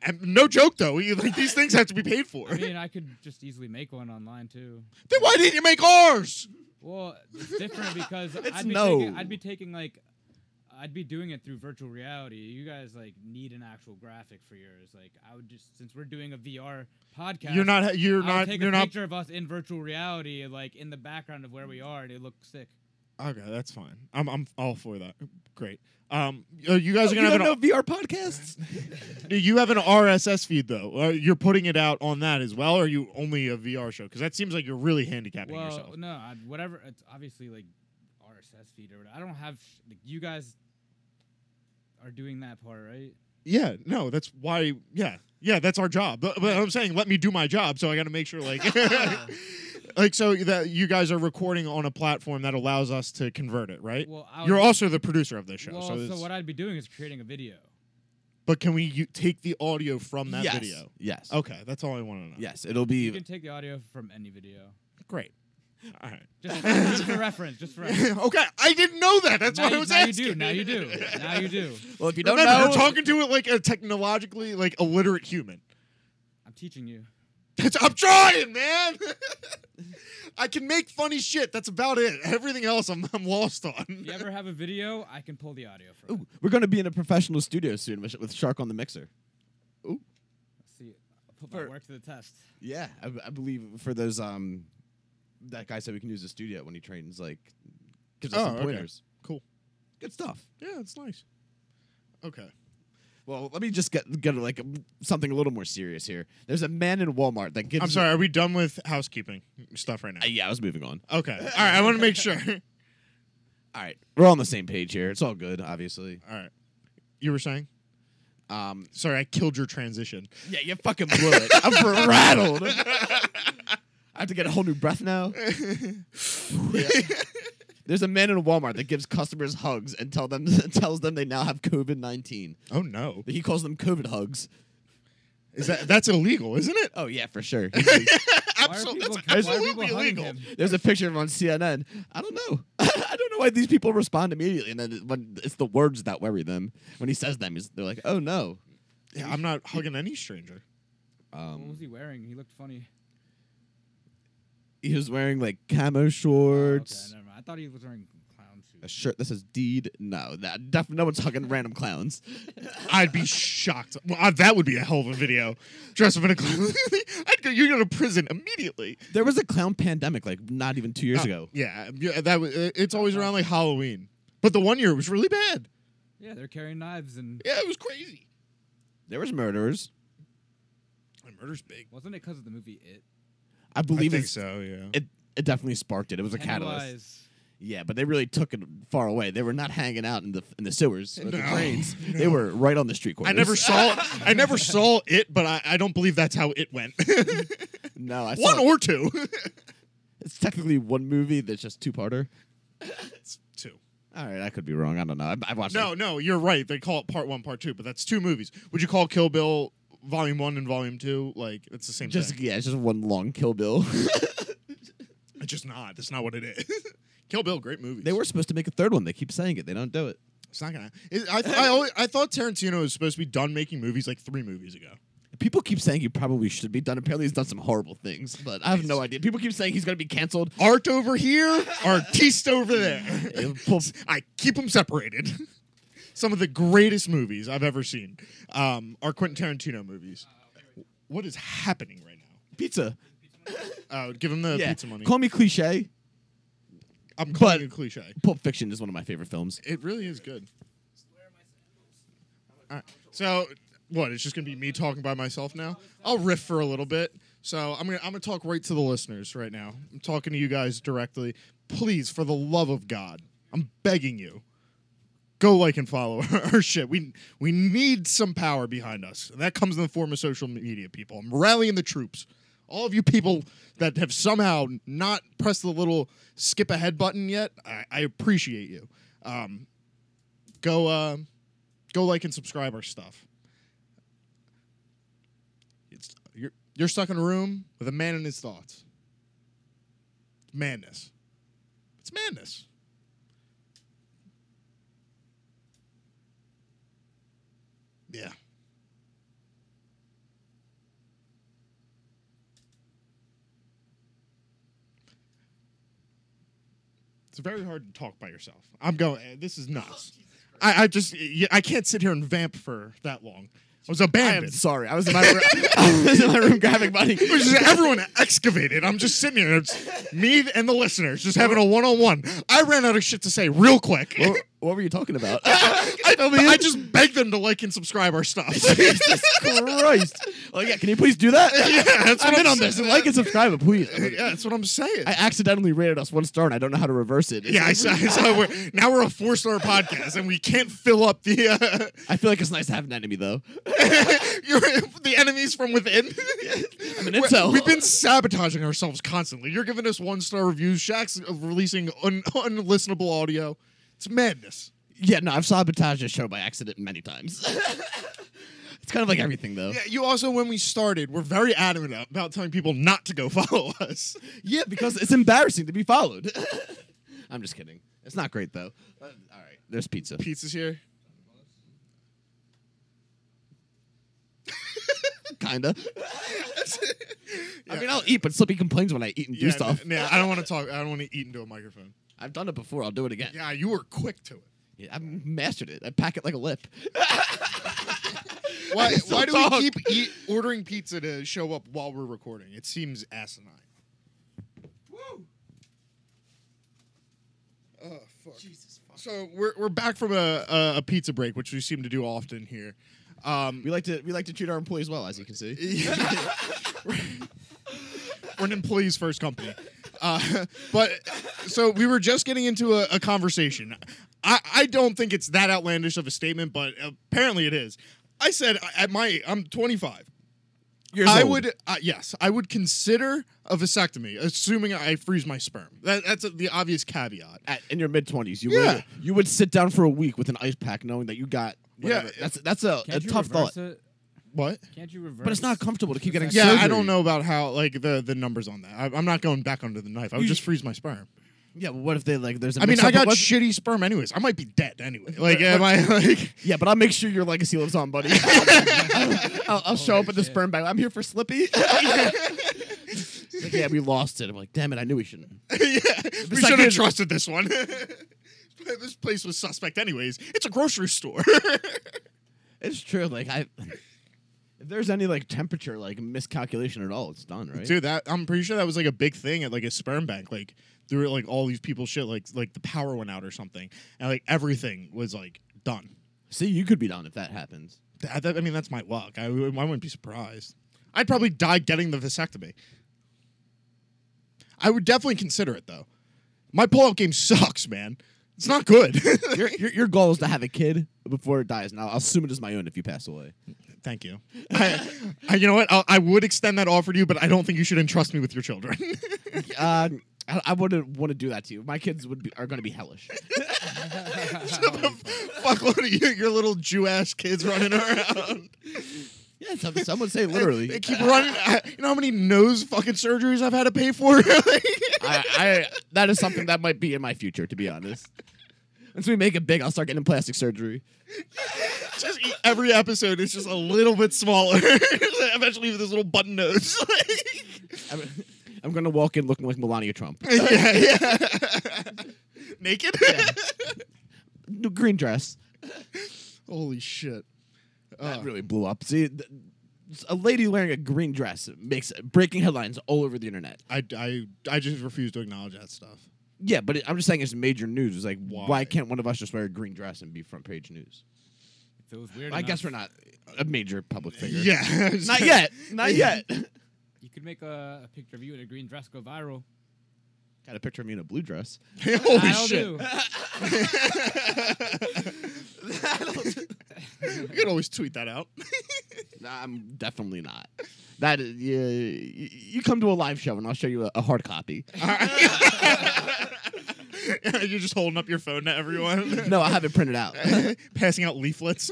B: And no joke though. You- Like these things have to be paid for.
C: I mean, I could just easily make one online too.
B: then why didn't you make ours?
C: Well, it's different because
A: It's
C: I'd be
A: no.
C: taking, I'd be taking like I'd be doing it through virtual reality. You guys like need an actual graphic for yours. Like I would just since we're doing a VR podcast.
B: You're not. You're
C: I would
B: not.
C: Take
B: You're
C: a
B: not.
C: picture of us in virtual reality, like in the background of where we are, and it looks sick.
B: Okay, that's fine. I'm. I'm all for that. Great. Um, uh, you
C: Oh,
B: guys
A: Oh, you
B: are gonna have
A: don't
B: an
A: know VR podcasts?
B: Do You have an RSS feed though. Or you're putting it out on that as well, or are you only a VR show? Because that seems like you're really handicapping
C: well,
B: yourself.
C: no, I, whatever. It's obviously like RSS feed or whatever. I don't have sh- like you guys are doing that part right.
B: Yeah, no, that's why. Yeah, yeah, that's our job. But, but I'm saying, let me do my job. So I got to make sure, like, like so that you guys are recording on a platform that allows us to convert it, right?
C: Well, I would,
B: you're also the producer of this show.
C: well,
B: so,
C: so,
B: it's-
C: what I'd be doing is creating a video.
B: but can we u- take the audio from that
A: yes.
B: video?
A: Yes.
B: Okay, that's all I want to know.
A: Yes, it'll be.
C: You can take the audio from any video.
B: great. All right.
C: Just, just for reference, just for reference.
B: okay, I didn't know that. That's
C: now
B: why
C: you,
B: I was
C: now
B: asking.
C: you do. Now you do. Now you do.
A: Well, if you don't
B: Remember,
A: know,
B: we're talking to it like a technologically like illiterate human.
C: I'm teaching you.
B: That's, I'm trying, man. I can make funny shit. That's about it. Everything else, I'm, I'm lost on.
C: If you ever have a video, I can pull the audio from. it.
A: Ooh, we're gonna be in a professional studio soon with, with Shark on the mixer.
C: Let's see, I'll put my
A: For-
C: work to the test.
A: Yeah, I, I believe for those um, that guy said we can use the studio when he trains. Like, gives us
B: Oh,
A: some
B: okay.
A: pointers.
B: Cool.
A: Good stuff.
B: Yeah, it's nice. Okay.
A: Well, let me just get get like something a little more serious here. There's a man in Walmart that gives.
B: I'm sorry. Are we done with housekeeping stuff right now?
A: Uh, yeah, I was moving on.
B: Okay. All right. I want to make sure. All
A: All right, we're all on the same page here. It's all good, obviously.
B: right. You were saying?
A: Um,
B: Sorry, I killed your transition.
A: yeah, you fucking blew it. I'm r- rattled. I have to get a whole new breath now. There's a man in a Walmart that gives customers hugs and tell them tells them they now have COVID nineteen.
B: Oh no,
A: He calls them COVID hugs.
B: is that that's illegal, isn't it?
A: Oh yeah, for sure.
C: Why are
B: Absol- that's
C: people- why are
B: absolutely
C: people hugging
B: illegal.
C: him?
A: There's a picture of him on CNN. I don't know. I don't know why these people respond immediately, and then it- when it's the words that worry them. When he says them, he's- they're like, "Oh no."
B: Yeah, I'm not hugging any stranger.
A: Um,
C: What was he wearing? He looked funny.
A: he was wearing like camo
C: Oh, okay,
A: shorts,
C: never mind. I thought he was wearing clown shoes.
A: a shirt that says "Deed." No, that def- no one's hugging random clowns.
B: I'd be shocked. Well, I, that would be a hell of a video. Dress up in a clown. I'd go. You go to prison immediately.
A: There was a clown pandemic like not even two years
B: Uh,
A: ago.
B: Yeah, yeah. That was. uh, It's always around like Halloween. But the one year it was really bad.
C: Yeah, they're carrying knives and
B: Yeah, it was crazy.
A: There was murderers.
B: My murder's big.
C: wasn't it because of the movie It?
A: I
B: I
A: believe
B: think
A: it's-
B: so. Yeah.
A: it. It definitely sparked it. It was a catalyst.
C: Pennywise.
A: Yeah, but they really took it far away. They were not hanging out in the in the sewers or the
B: No,
A: drains. They were right on the street corners.
B: I never saw. I never saw it, but I, I don't believe that's how it went.
A: No, I
B: one
A: saw.
B: or two.
A: it's technically one movie that's just two parter.
B: it's two.
A: All right, I could be wrong. I don't know. I, I watched.
B: No,
A: it.
B: no, you're right. They call it part one, part two, but that's two movies. Would you call Kill Bill Volume One and Volume Two like it's the same
A: just
B: thing?
A: yeah, it's just one long Kill Bill.
B: It's just not. That's not what it is. Kill Bill, great movie.
A: they were supposed to make a third one. They keep saying it. They don't do it.
B: It's not gonna. It, I, I, always, I thought Tarantino was supposed to be done making movies like three movies ago.
A: People keep saying he probably should be done. Apparently, he's done some horrible things, but I have no idea. People keep saying he's going to be canceled.
B: Art over here, artiste over there.
A: It'll pull-
B: I keep them separated. Some of the greatest movies I've ever seen um, are Quentin Tarantino movies. What is happening right now?
A: pizza.
B: Uh, give him the
A: yeah.
B: pizza money.
A: Call me cliche.
B: I'm calling
A: but-
B: it cliche.
A: Pulp Fiction is one of my favorite films.
B: It really is good. All right. So, what? It's just gonna be me talking by myself now. I'll riff for a little bit. So I'm gonna I'm gonna talk right to the listeners right now. I'm talking to you guys directly. Please, for the love of God, I'm begging you, go like and follow our shit. We we need some power behind us. And that comes in the form of social media, people. I'm rallying the troops. All of you people that have somehow not pressed the little skip ahead button yet, I, I appreciate you. Um, go uh, go like and subscribe our stuff. It's you're you're stuck in a room with a man and his thoughts. Madness. It's madness. Yeah. It's very hard to talk by yourself. I'm going. eh, This is nuts. I, I just y- I can't sit here and vamp for that long. I was
A: I am
B: abandoned.
A: sorry. I was in my room, I was in my room grabbing money.
B: It was just everyone excavated. I'm just sitting here, it's me and the listeners, just having a one on one. I ran out of shit to say real quick.
A: what, what were you talking about?
B: I, I just begged them to like and subscribe our stuff. yeah,
A: Jesus Christ! Like, yeah, can you please do that?
B: that's what
A: I'm in on
B: saying.
A: this. Like and subscribe, please. I'm like-
B: Yeah, that's what I'm saying.
A: I accidentally rated us one star, and I don't know how to reverse it. It's-
B: yeah, I saw. I saw we're, now we're a four star podcast, and we can't fill up the uh,
A: I feel like it's nice to have an enemy, though.
B: your, the enemies from within.
A: I'm an
B: We-
A: incel.
B: We've been sabotaging ourselves constantly. You're giving us one star reviews. Shaq's releasing un- unlistenable audio. It's madness.
A: Yeah, no, I've sabotaged this show by accident many times. it's kind of like everything, though.
B: Yeah, you also, when we started, were very adamant about telling people not to go follow us.
A: Yeah, because it's embarrassing to be followed. I'm just kidding. It's not great, though. Uh, all right, there's pizza.
B: Pizza's here.
A: Kinda. I mean, I'll eat, but Slippy complains when I eat and do
B: Yeah,
A: stuff.
B: n- yeah, I don't want to talk. I don't want to eat into a microphone.
A: I've done it before. I'll do it again.
B: Yeah, you were quick to it.
A: Yeah, I've mastered it. I pack it like a lip.
B: Why,
A: still
B: why do
A: talk.
B: we keep eat, ordering pizza to show up while we're recording? It seems asinine.
C: Woo!
B: Oh, fuck. Jesus fuck. So we're, we're back from a, a, a pizza break, which we seem to do often here. Um,
A: We like to we like to treat our employees well, as you can see.
B: We're an employees first company. Uh, but so we were just getting into a, a conversation. I, I don't think it's that outlandish of a statement, but apparently it is. I said I- at my I'm 25.
A: Years
B: I
A: old.
B: would uh, yes, I would consider a vasectomy, assuming I freeze my sperm. That, that's the obvious caveat.
A: at, in your mid twenties. You
B: Yeah.
A: would you would sit down for a week with an ice pack, knowing that you got. Whatever.
B: Yeah.
A: that's that's a, a
C: Can't you
A: tough
C: reverse
A: thought.
C: It?
B: What?
C: Can't you reverse?
A: But it's not comfortable to keep getting.
B: Yeah, I
A: surgery.
B: don't know about how like the the numbers on that. I, I'm not going back under the knife. I would
A: You-
B: just freeze my sperm.
A: Yeah, but what if they like? There's. I
B: I mean, I got shitty sperm anyways. I might be dead anyway. Like, am I like?
A: yeah, but I'll make sure your legacy lives on, buddy. I'll, I'll show
C: Holy
A: up at the
C: shit.
A: sperm bank. I'm here for Slippy. Like, yeah, we lost it. I'm like, damn it, I knew we shouldn't.
B: yeah, we
A: like
B: should have
A: his-
B: trusted this one. But this place was suspect anyways. It's a grocery store.
A: It's true. Like I, if there's any like temperature like miscalculation at all, it's done right.
B: Dude, that I'm pretty sure that was like a big thing at like a sperm bank. Like there were like all these people shit like like the power went out or something, and like everything was like done.
A: See, you could be done if that happens.
B: That, that- I mean, that's my luck. I, w- I wouldn't be surprised. I'd probably die getting the vasectomy. I would definitely consider it though. My pull-out game sucks, man. It's not good.
A: your, your, your goal is to have a kid before it dies. Now, I'll assume it is my own if you pass away.
B: Thank you. I, I, you know what? I'll, I would extend that offer to you, but I don't think you should entrust me with your children.
A: Uh, I, I wouldn't want to do that to you. My kids would be, are going to be hellish.
C: Oh,
B: Fuckload of you, your little Jew ass kids running around.
A: yeah, some, some would say
B: They
A: literally.
B: keep running. I- you know how many nose fucking surgeries I've had to pay for?
A: I, I, that is something that might be in my future, to be honest. Once we make it big, I'll start getting plastic surgery.
B: just e- every episode is just a little bit smaller. Eventually, with this little button nose.
A: I'm, I'm going to walk in looking like Melania Trump.
B: yeah, yeah. Naked.
A: New Green dress.
B: Holy shit.
A: That really blew up. See, th- a lady wearing a green dress makes breaking headlines all over the internet.
B: I, I, I just refuse to acknowledge that stuff.
A: Yeah, but it, I'm just saying it's major news. It's like,
B: Why?
A: why can't one of us just wear a green dress and be front page news?
C: If it was weird.
A: I guess
C: enough,
A: we're not a major public figure.
B: Yeah.
A: Not yet. Not yet. Got
C: You could make a, a picture of you in a green dress go viral.
A: a picture of me in a blue dress.
B: Holy
C: That'll
B: shit.
C: do.
B: You could always tweet that out.
A: Nah, I'm definitely not. That is, yeah, you, you come to a live show and I'll show you a, a hard copy.
B: You're just holding up your phone to everyone,
A: No, I have it printed out.
B: passing out leaflets.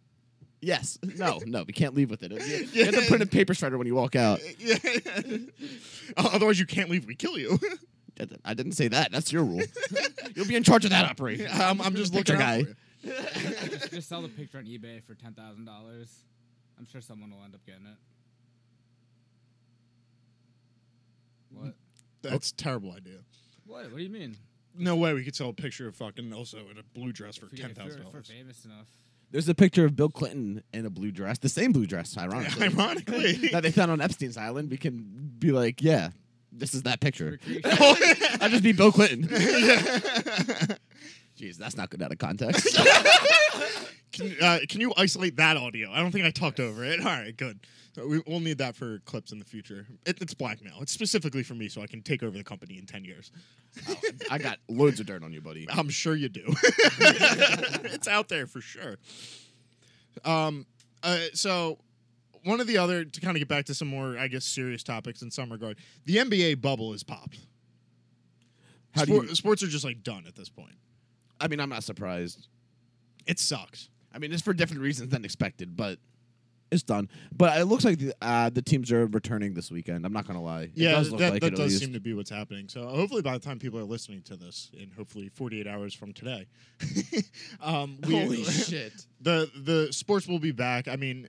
A: yes. No, no, we can't leave with it. You, you have to print a paper shredder when you walk out.
B: yeah. Otherwise, you can't leave. We kill you.
A: I di- I didn't say that. That's your rule. You'll be in charge of that operation.
B: I'm, I'm just
A: Picture
B: looking
A: guy.
B: out for you.
C: just, just sell the picture on eBay for ten thousand dollars. I'm sure someone will end up getting it. What?
B: That's a terrible idea.
C: What? What do you mean?
B: No way we could sell a picture of fucking Elsa in a blue dress for
C: If we get-
B: ten
C: if we're-
B: thousand
C: if we're
B: dollars.
C: famous enough.
A: There's a picture of Bill Clinton in a blue dress, the same blue dress, ironically,
B: Ironically,
A: that they found on Epstein's Island. We can be like, yeah, this is that picture.
C: Recreation.
A: I'll just be Bill Clinton. Jeez, that's not good out of context.
B: can, uh, can you isolate that audio? I don't think I talked over it. All right, good. So we, we'll need that for clips in the future. It, it's blackmail. It's specifically for me, so I can take over the company in ten years.
A: I got loads of dirt on you, buddy.
B: I'm sure you do. it's out there for sure. Um, uh, so one of the other to kind of get back to some more, I guess, serious topics in some regard. The NBA bubble is popped.
A: How do you-
B: Spor- sports are just like done at this point.
A: I mean, I'm not surprised.
B: It sucks.
A: I mean, it's for different reasons than expected, but it's done. But it looks like the, uh, the teams are returning this weekend. I'm not gonna lie. It
B: yeah,
A: does look
B: that,
A: like
B: that
A: it at
B: does
A: least.
B: seem to be what's happening. So hopefully, by the time people are listening to this, in hopefully 48 hours from today, um, we-
A: Holy shit!
B: the the sports will be back. I mean,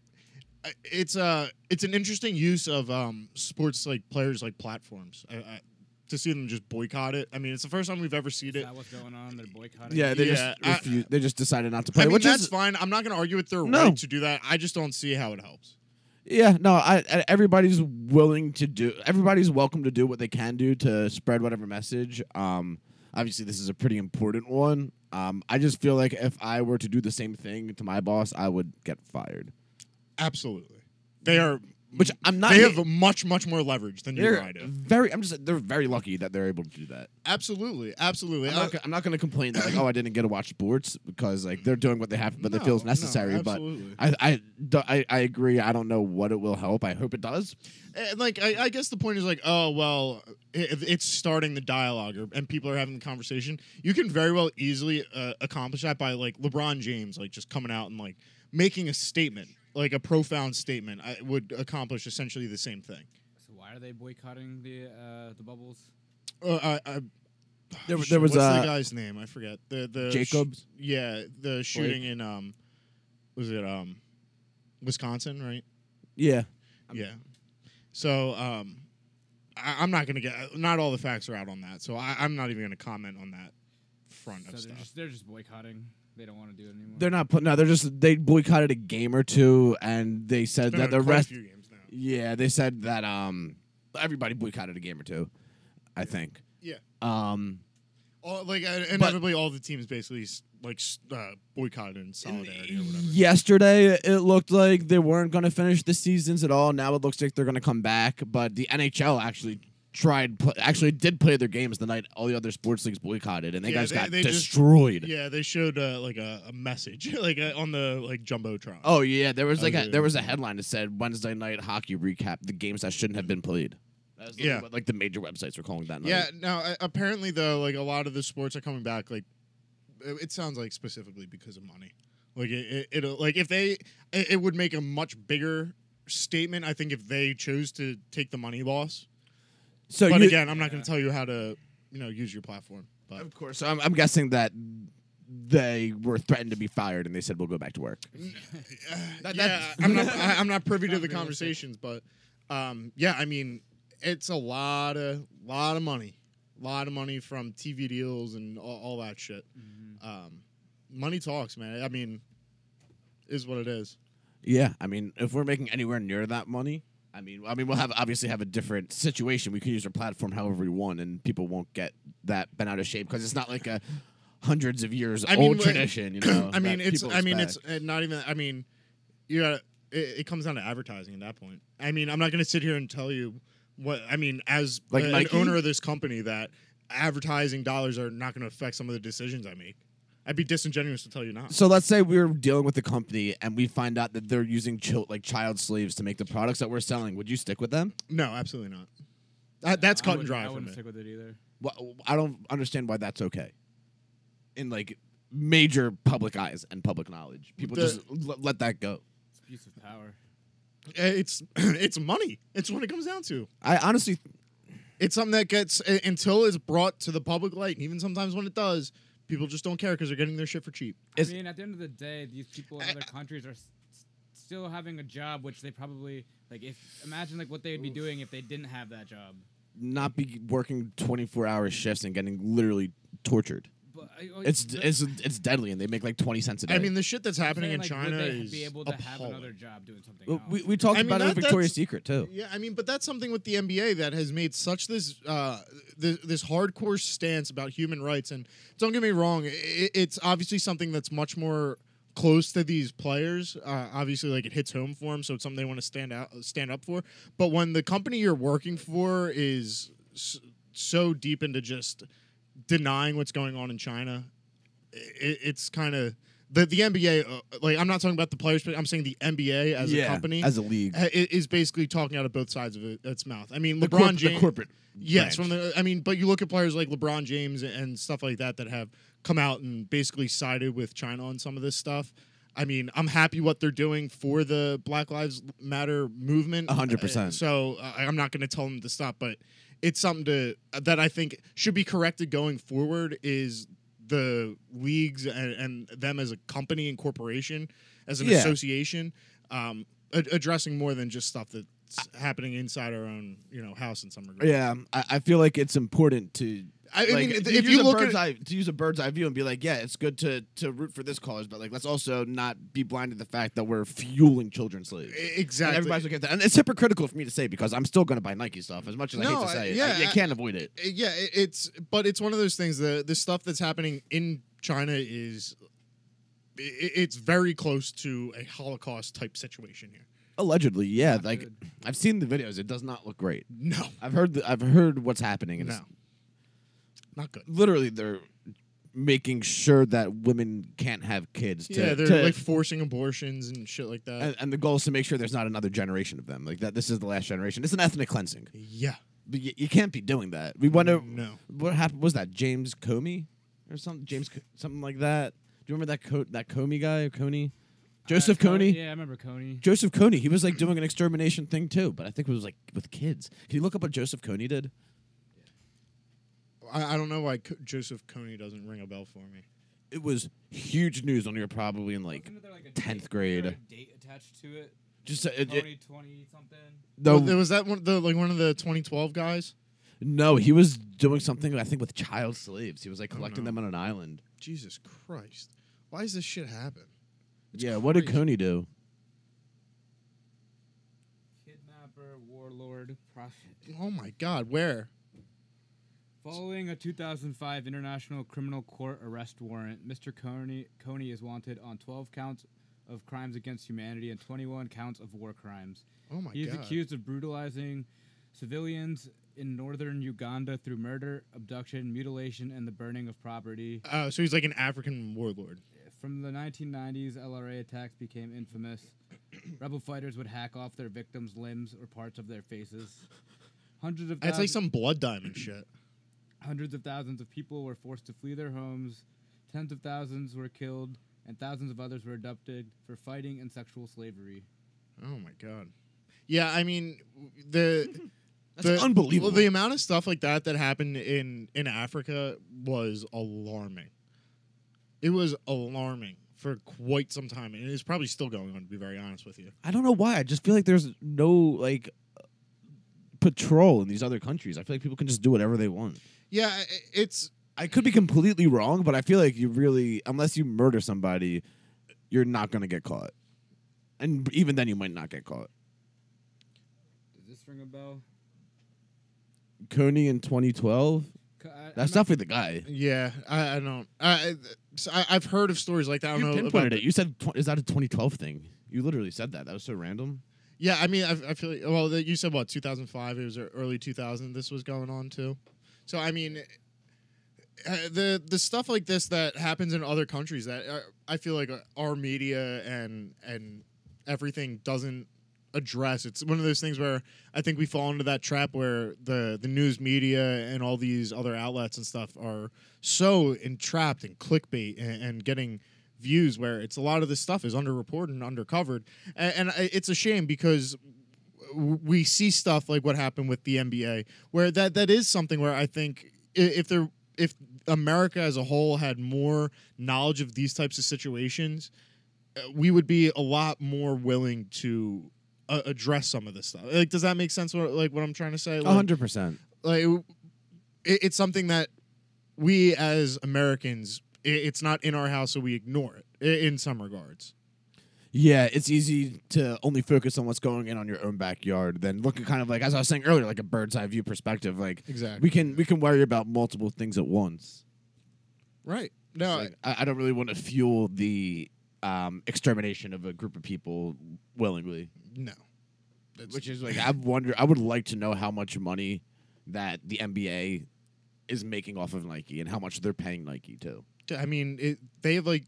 B: I- it's uh it's an interesting use of um sports like players like platforms. I, I, to see them just boycott it. I mean, it's the first time we've ever seen
C: Is
B: it.
C: that what's going on? They're boycotting.
A: Yeah, they
B: Yeah, I-
A: just refu- they just decided not to play,
B: I mean,
A: which
B: that's
A: is
B: fine. I'm not going to argue with their
A: No.
B: right to do that. I just don't see how it helps.
A: Yeah, no, I, I everybody's willing to do. Everybody's welcome to do what they can do to spread whatever message. Um, obviously, this is a pretty important one. Um, I just feel like if I were to do the same thing to my boss, I would get fired.
B: Absolutely, they are
A: Which I'm not. e
B: They have much, much more leverage than you and I
A: they're
B: do.
A: very. I'm just. They're very lucky that they're able to do that.
B: Absolutely, absolutely. Uh,
A: I'm
B: I-
A: not, go- I'm not going to complain that like, oh, I didn't get to watch sports because like they're doing what they have, but it feels
B: No, no,
A: necessary. but
B: absolutely.
A: I, I, d- I, I agree. I don't know what it will help. I hope it does.
B: and like I, I guess the point is like oh well it, it's starting the dialogue or, and people are having the conversation you can very well easily uh, accomplish that by like lebron james like just coming out and like making a statement like a profound statement I would accomplish essentially the same thing
C: So why are they boycotting the uh, the bubbles?
B: uh, I, I,
A: There was-
B: shit,
A: there was,
B: what's
A: uh,
B: the guy's name i forget the the sh-
A: Jacobs?
B: yeah the shooting in um was it um wisconsin right
A: Yeah.
B: Yeah. So um, I, I'm not gonna get. Not all the facts are out on that, so I, I'm not even gonna comment on that front
C: So
B: of
C: they're
B: stuff.
C: just, they're just boycotting. They don't want to do it anymore.
A: They're not putting. No, they're just. They boycotted a game or two, and they said
B: Been
A: that
B: on
A: the
B: quite a
A: rest.
B: few games now.
A: Yeah, they said that um everybody boycotted a game or two, I think.
B: Yeah.
A: Um,
B: All, like uh, inevitably, all the teams basically s- like s- uh, boycotted in solidarity or whatever.
A: yesterday it looked like they weren't going to finish the seasons at all. Now it looks like they're going to come back, but the NHL actually tried pl- actually did play their games the night all the other sports leagues boycotted and they
B: Yeah,
A: guys
B: they-
A: got
B: they just-
A: destroyed.
B: Yeah, they showed uh, like a, a message like uh, on the like jumbotron.
A: Oh yeah, there was like
B: Okay.
A: a, there was a headline that said Wednesday night hockey recap the games that shouldn't have been played. That was
B: Yeah.
A: what, like the major websites were calling that night.
B: Yeah, no. uh, Apparently, though, like a lot of the sports are coming back. Like, it it sounds like specifically because of money. Like it, it it'll, like if they, it, it would make a much bigger statement. I think if they chose to take the money loss.
A: So
B: but
A: you,
B: again, I'm not going
C: Yeah.
B: to tell you how to, you know, use your platform. But
A: Of course. So I'm, I'm guessing that they were threatened to be fired and they said we'll go back to work. That-
B: yeah,
A: that's-
B: I'm not, I, I'm not privy to
C: Not
B: the
C: realistic.
B: conversations. But, um, yeah, I mean, it's a lot of, lot of money, lot of money from TV deals and all, all that shit.
C: Mhm.
B: um, money talks, man. I mean, is what it is.
A: Yeah, I mean, if we're making anywhere near that money, I mean, I mean, we'll have obviously have a different situation. We can use our platform however we want, and people won't get that bent out of shape because it's not like a hundreds of years
B: I mean,
A: old
B: like-
A: tradition. You know,
B: I mean,
A: that
B: it's.
A: people
B: I mean, it's
A: expect.
B: uh, not even. I mean, you gotta. It, it comes down to advertising at that point. I mean, I'm not gonna sit here and tell you what. I mean, as
A: Like
B: a- an
A: Nike?
B: owner of this company, that advertising dollars are not gonna affect some of the decisions I make. I'd be disingenuous to tell you not.
A: So let's say we're dealing with a company and we find out that they're using chil- like child slaves to make the products that we're selling. Would you stick with them?
B: No, absolutely not. That, that's
C: I
B: cut and
C: wouldn't-
B: dry
C: I
B: for
C: wouldn't
B: me.
C: stick with it either.
A: Well, I don't understand why that's okay. In like major public eyes and public knowledge, people
B: The-
A: just l- let that go.
C: It's abuse of power.
B: Eh, It's it's money. It's what it comes down to.
A: I honestly,
B: it's something that gets u- until it's brought to the public light. And even sometimes when it does, people just don't care because they're getting their shit for cheap.
A: Is-
C: I mean, at the end of the day, these people
B: Eh.
C: in other countries are s- s- still having a job, which they probably like. If imagine like what they'd be doing if they didn't have that job.
A: not be working twenty four hour shifts and getting literally tortured.
C: But I- I-
A: It's
C: the-
A: it's it's deadly, and they make like twenty cents a day.
B: I mean, the shit that's
C: I'm
B: happening
C: saying,
B: in
C: like,
B: China
C: would they
B: is
C: be able to have
B: appalling.
C: another job doing something
A: Well,
C: else.
A: we we talked
B: I mean,
A: about it
B: that-
A: in Victoria's
B: that's-
A: Secret too.
B: Yeah, I mean, but that's something with the NBA that has made such this uh, this, this hardcore stance about human rights. And don't get me wrong, i- i it's obviously something that's much more close to these players. Uh, obviously, like it hits home for them, so it's something they want to stand out, stand up for. But when the company you're working for is s- so deep into just denying what's going on in China, i i- it's kind of. The, the NBA, uh, like I'm not talking about the players, but I'm saying the NBA as a company,
A: as a league.
B: ha- i- is basically talking out of both sides of it, its mouth. I mean,
A: The
B: LeBron
A: corp-
B: James.
A: the corporate.
B: Yes,
A: branch.
B: from the. I mean, but you look at players like LeBron James and stuff like that that have come out and basically sided with China on some of this stuff. I mean, I'm happy what they're doing for the Black Lives Matter movement.
A: A hundred
B: Uh,
A: percent.
B: So uh, I'm not going to tell them to stop, but it's something to that I think should be corrected going forward. Is the leagues and, and them as a company and corporation as an
A: Yeah.
B: association um, a- addressing more than just stuff that's happening inside our own you know house in some regard.
A: yeah, I, I feel like it's important to.
B: I, I
A: like,
B: mean,
A: to
B: if
A: use
B: you
A: a
B: look
A: bird's
B: at
A: eye, to use a bird's eye view and be like, yeah, it's good to to root for this cause, but like, let's also not be blind to the fact that we're fueling children's slaves. And
B: E, exactly,
A: everybody's looking at that, and it's hypocritical for me to say because I'm still going to buy Nike stuff as much as I
B: No,
A: hate to
B: I-
A: say it.
B: yeah,
A: I- you
B: I-
A: can't avoid it.
B: E, yeah, it- it's but it's one of those things. The the stuff that's happening in China is i- i- it's very close to a Holocaust type situation here.
A: Allegedly, yeah.
C: Not
A: like
C: good.
A: I've seen the videos. It does not look great.
B: No,
A: I've heard the, I've heard what's happening, and
B: no,
A: it's
B: not good.
A: literally they're making sure that women can't have kids. To,
B: yeah, they're
A: to-
B: like forcing abortions and shit like that.
A: and, and the goal is to make sure there's not another generation of them. Like that, this is the last generation. It's an ethnic cleansing.
B: yeah,
A: But you, you can't be doing that. We wonder
B: Mm, No.
A: what happened. Was that James Comey or something? James Co- something like that. Do you remember that co- that Comey guy, Coney, Joseph
C: Uh, Co-
A: Coney?
C: Yeah, I remember Coney.
A: Joseph Coney, he was like doing an extermination thing too, but I think it was like with kids. Can you look up what Joseph Coney did?
B: I, I don't know why Co- Joseph Coney doesn't ring a bell for me.
A: It was huge news when you were probably in like
C: Wasn't there, like, a
A: 10th
C: date-
A: grade.
C: wasn't there a date attached to it.
A: just uh, it- it-
C: Coney twenty something.
A: no,
B: Wa- was that one the like one of the 2012 guys?
A: no, he was doing something I think with child slaves. He was like
B: Oh,
A: collecting
B: no.
A: them on an island.
B: Jesus Christ! Why does this shit happen? It's
A: yeah, what did
B: crazy.
A: Coney do?
C: Kidnapper, warlord, prophet.
B: Oh my God! Where?
C: Following a 2005 International Criminal Court arrest warrant, Mr. Coney, Coney is wanted on 12 counts of crimes against humanity and 21 counts of war crimes.
B: Oh my
C: He is
B: God!
C: accused of brutalizing civilians in northern Uganda through murder, abduction, mutilation, and the burning of property.
B: Oh, so he's like an African warlord.
C: From the 1990s, LRA attacks became infamous. Rebel fighters would hack off their victims' limbs or parts of their faces. Hundreds of
B: That's like
C: thousands-
B: some blood diamond shit.
C: Hundreds of thousands of people were forced to flee their homes, tens of thousands were killed, and thousands of others were abducted for fighting and sexual slavery.
B: Oh my god. Yeah, I mean the
A: That's
B: the-
A: unbelievable.
B: Well, the amount of stuff like that that happened in in Africa was alarming. It was alarming for quite some time, and it's probably still going on. To be very honest with you,
A: I don't know why. I just feel like there's no like patrol in these other countries. I feel like people can just do whatever they want.
B: yeah, i- it's
A: I could be completely wrong, but I feel like you really, unless you murder somebody, you're not gonna get caught. And even then, you might not get caught.
C: Does this ring a bell?
A: Coney in 2012.
C: C- I- I'm
A: That's
C: not-
A: definitely the guy.
B: yeah. I, I don't. I, I- so I I've heard of stories like that. I
A: you
B: don't know about
A: pinpointed it. You said, tw- "Is that a 2012 thing?" You literally said that. That was so random.
B: Yeah, I mean, I, I feel like, well, that- you said what, 2005? It was er, early 2000 this was going on too. So, I mean, uh, the the stuff like this that happens in other countries that uh, I feel like our media and and everything doesn't address. It's one of those things where I think we fall into that trap where the the news media and all these other outlets and stuff are so entrapped in clickbait and, and getting views where it's a lot of this stuff is underreported and undercovered, and, and I- it's a shame because w- we see stuff like what happened with the NBA, where that that is something where I think i- if there if America as a whole had more knowledge of these types of situations, uh, we would be a lot more willing to uh, address some of this stuff. Like, does that make sense? What, like what I'm trying to say? Like,
A: 100. percent
B: like it, it's something that we as Americans, i it's not in our house, so we ignore it i- in some regards.
A: Yeah, it's easy to only focus on what's going in on your own backyard than looking kind of like as I was saying earlier, like a bird's eye view perspective. Like
B: Exactly.
A: we can we can worry about multiple things at once.
B: Right. No,
A: It's like, I, I don't really want to fuel the um, extermination of a group of people willingly.
B: no. That's-
A: Which is like I wonder. I would like to know how much money that the NBA is making off of Nike and how much they're paying Nike too.
B: I mean, it, they have like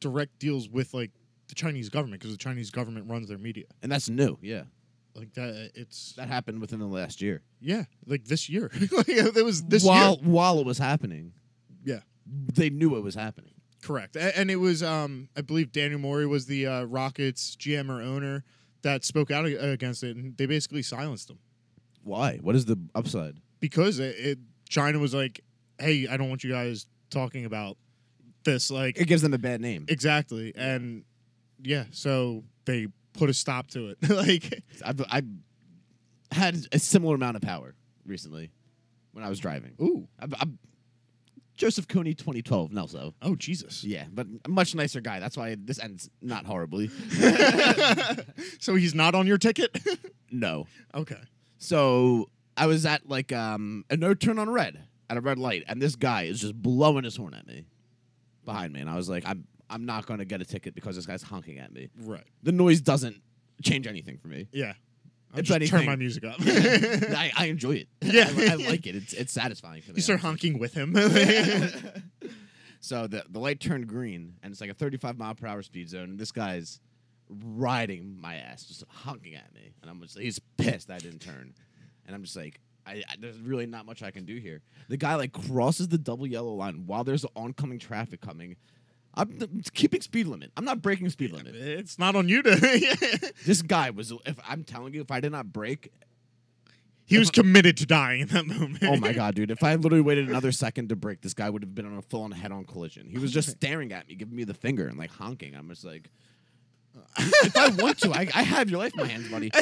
B: direct deals with like the Chinese government because the Chinese government runs their media.
A: And that's new. Yeah,
B: Like that, it's
A: that happened within the last year.
B: yeah, like this year. like, it was this
A: while
B: year.
A: while it was happening,
B: Yeah.
A: they knew it was happening.
B: Correct. A- And it was, um, I believe Daniel Morey was the uh, Rockets GM or owner that spoke out a- against it, and they basically silenced him
A: Why? What is the upside?
B: because it, it, China was like, hey, I don't want you guys talking about this. Like,
A: It gives them a bad name.
B: exactly. And yeah, so they put a stop to it. like,
A: I've, I've had a similar amount of power recently when I was driving.
B: ooh,
A: I've, I've- Joseph Cooney, 2012, Nelso.
B: oh, Jesus.
A: Yeah, but a much nicer guy. That's why this ends not horribly.
B: so he's not on your ticket?
A: no.
B: okay.
A: So I was at like um, a no turn on red at a red light, and this guy is just blowing his horn at me behind me, and I was like, I'm I'm not gonna get a ticket because this guy's honking at me.
B: Right.
A: The noise doesn't change anything for me.
B: Yeah. I'll
A: If
B: just
A: anything.
B: turn my music up.
A: I, I enjoy it.
B: Yeah.
A: I, I like it. It's it's satisfying for me.
B: you start honking with him.
A: so the the light turned green, and it's like a 35 mile per hour speed zone. And this guy's riding my ass, just honking at me, and I'm just he's pissed I didn't turn, and I'm just like. I, I, there's really not much I can do here. The guy like crosses the double yellow line while there's oncoming traffic coming. I'm th- keeping speed limit. I'm not breaking speed limit.
B: it's not on you to.
A: This guy was. If I'm telling you, if I did not break,
B: he was committed to dying in that moment.
A: Oh my god, dude! If I had literally waited another second to break, this guy would have been on a full-on head-on collision. He was just staring at me, giving me the finger and like honking. I'm just like, if I want to, I, I have your life in my hands, buddy.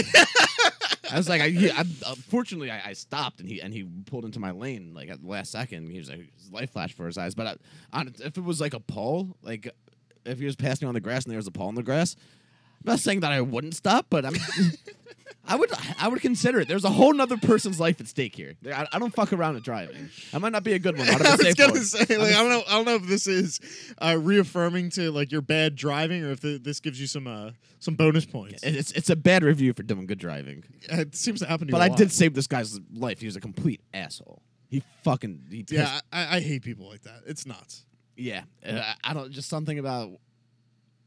A: I was like, I, he, I uh, fortunately I, I stopped and he and he pulled into my lane like at the last second. He was like, his light flashed for his eyes. But I, on, if it was like a pole, like if he was passing on the grass and there was a pole in the grass, I'm not saying that I wouldn't stop, but I'm. I would I would consider it. There's a whole nother person's life at stake here. There- I, I don't fuck around with driving. I might not be a good one. Not
B: I
A: a
B: was
A: safe
B: gonna
A: one.
B: say, like, I don't know, I don't know if this is uh, reaffirming to like your bad driving, or if th this gives you some uh, some bonus points. It,
A: It- It's it's a bad review for doing good driving.
B: seems to happen to you.
A: But
B: I
A: I did save this guy's life. He was a complete asshole. He fucking he pissed-
B: Yeah, I, I hate people like that. It's nuts.
A: yeah.
B: Mm.
A: Uh, I- I don't just something about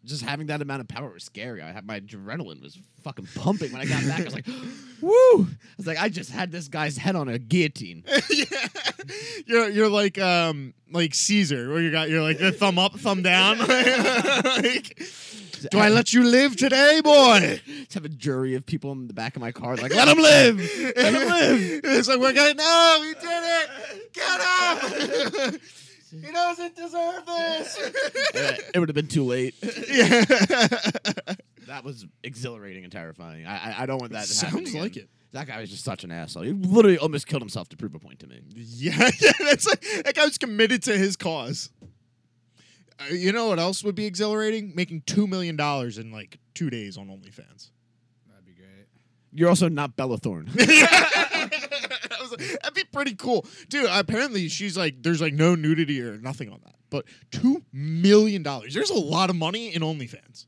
A: just having that amount of power was scary. I had my adrenaline was fucking pumping when I got back. I was like, woo! I was like, I just had this guy's head on a guillotine.
B: yeah, you're you're like um like Caesar, where you got you're like the thumb up, thumb down. Like, do I let you live today, boy?
A: Just have a jury of people in the back of my car like, let him live. Let him live.
B: It's like we're gonna no, we did it. Get up. he doesn't deserve this.
A: Uh, it would have been too late.
B: yeah.
A: That was exhilarating and terrifying. I I, I don't want that. to happen
B: Sounds
A: again.
B: like it.
A: That guy was just such an asshole. He literally almost killed himself to prove a point to me.
B: Yeah, yeah, that's like, that guy was committed to his cause. Uh, you know what else would be exhilarating? Making two million dollars in like two days on OnlyFans.
C: That'd be great.
A: You're also not Bella Thorne.
B: I was like, That'd be pretty cool, dude. Apparently, she's like, there's like no nudity or nothing on that, but two million dollars. There's a lot of money in OnlyFans,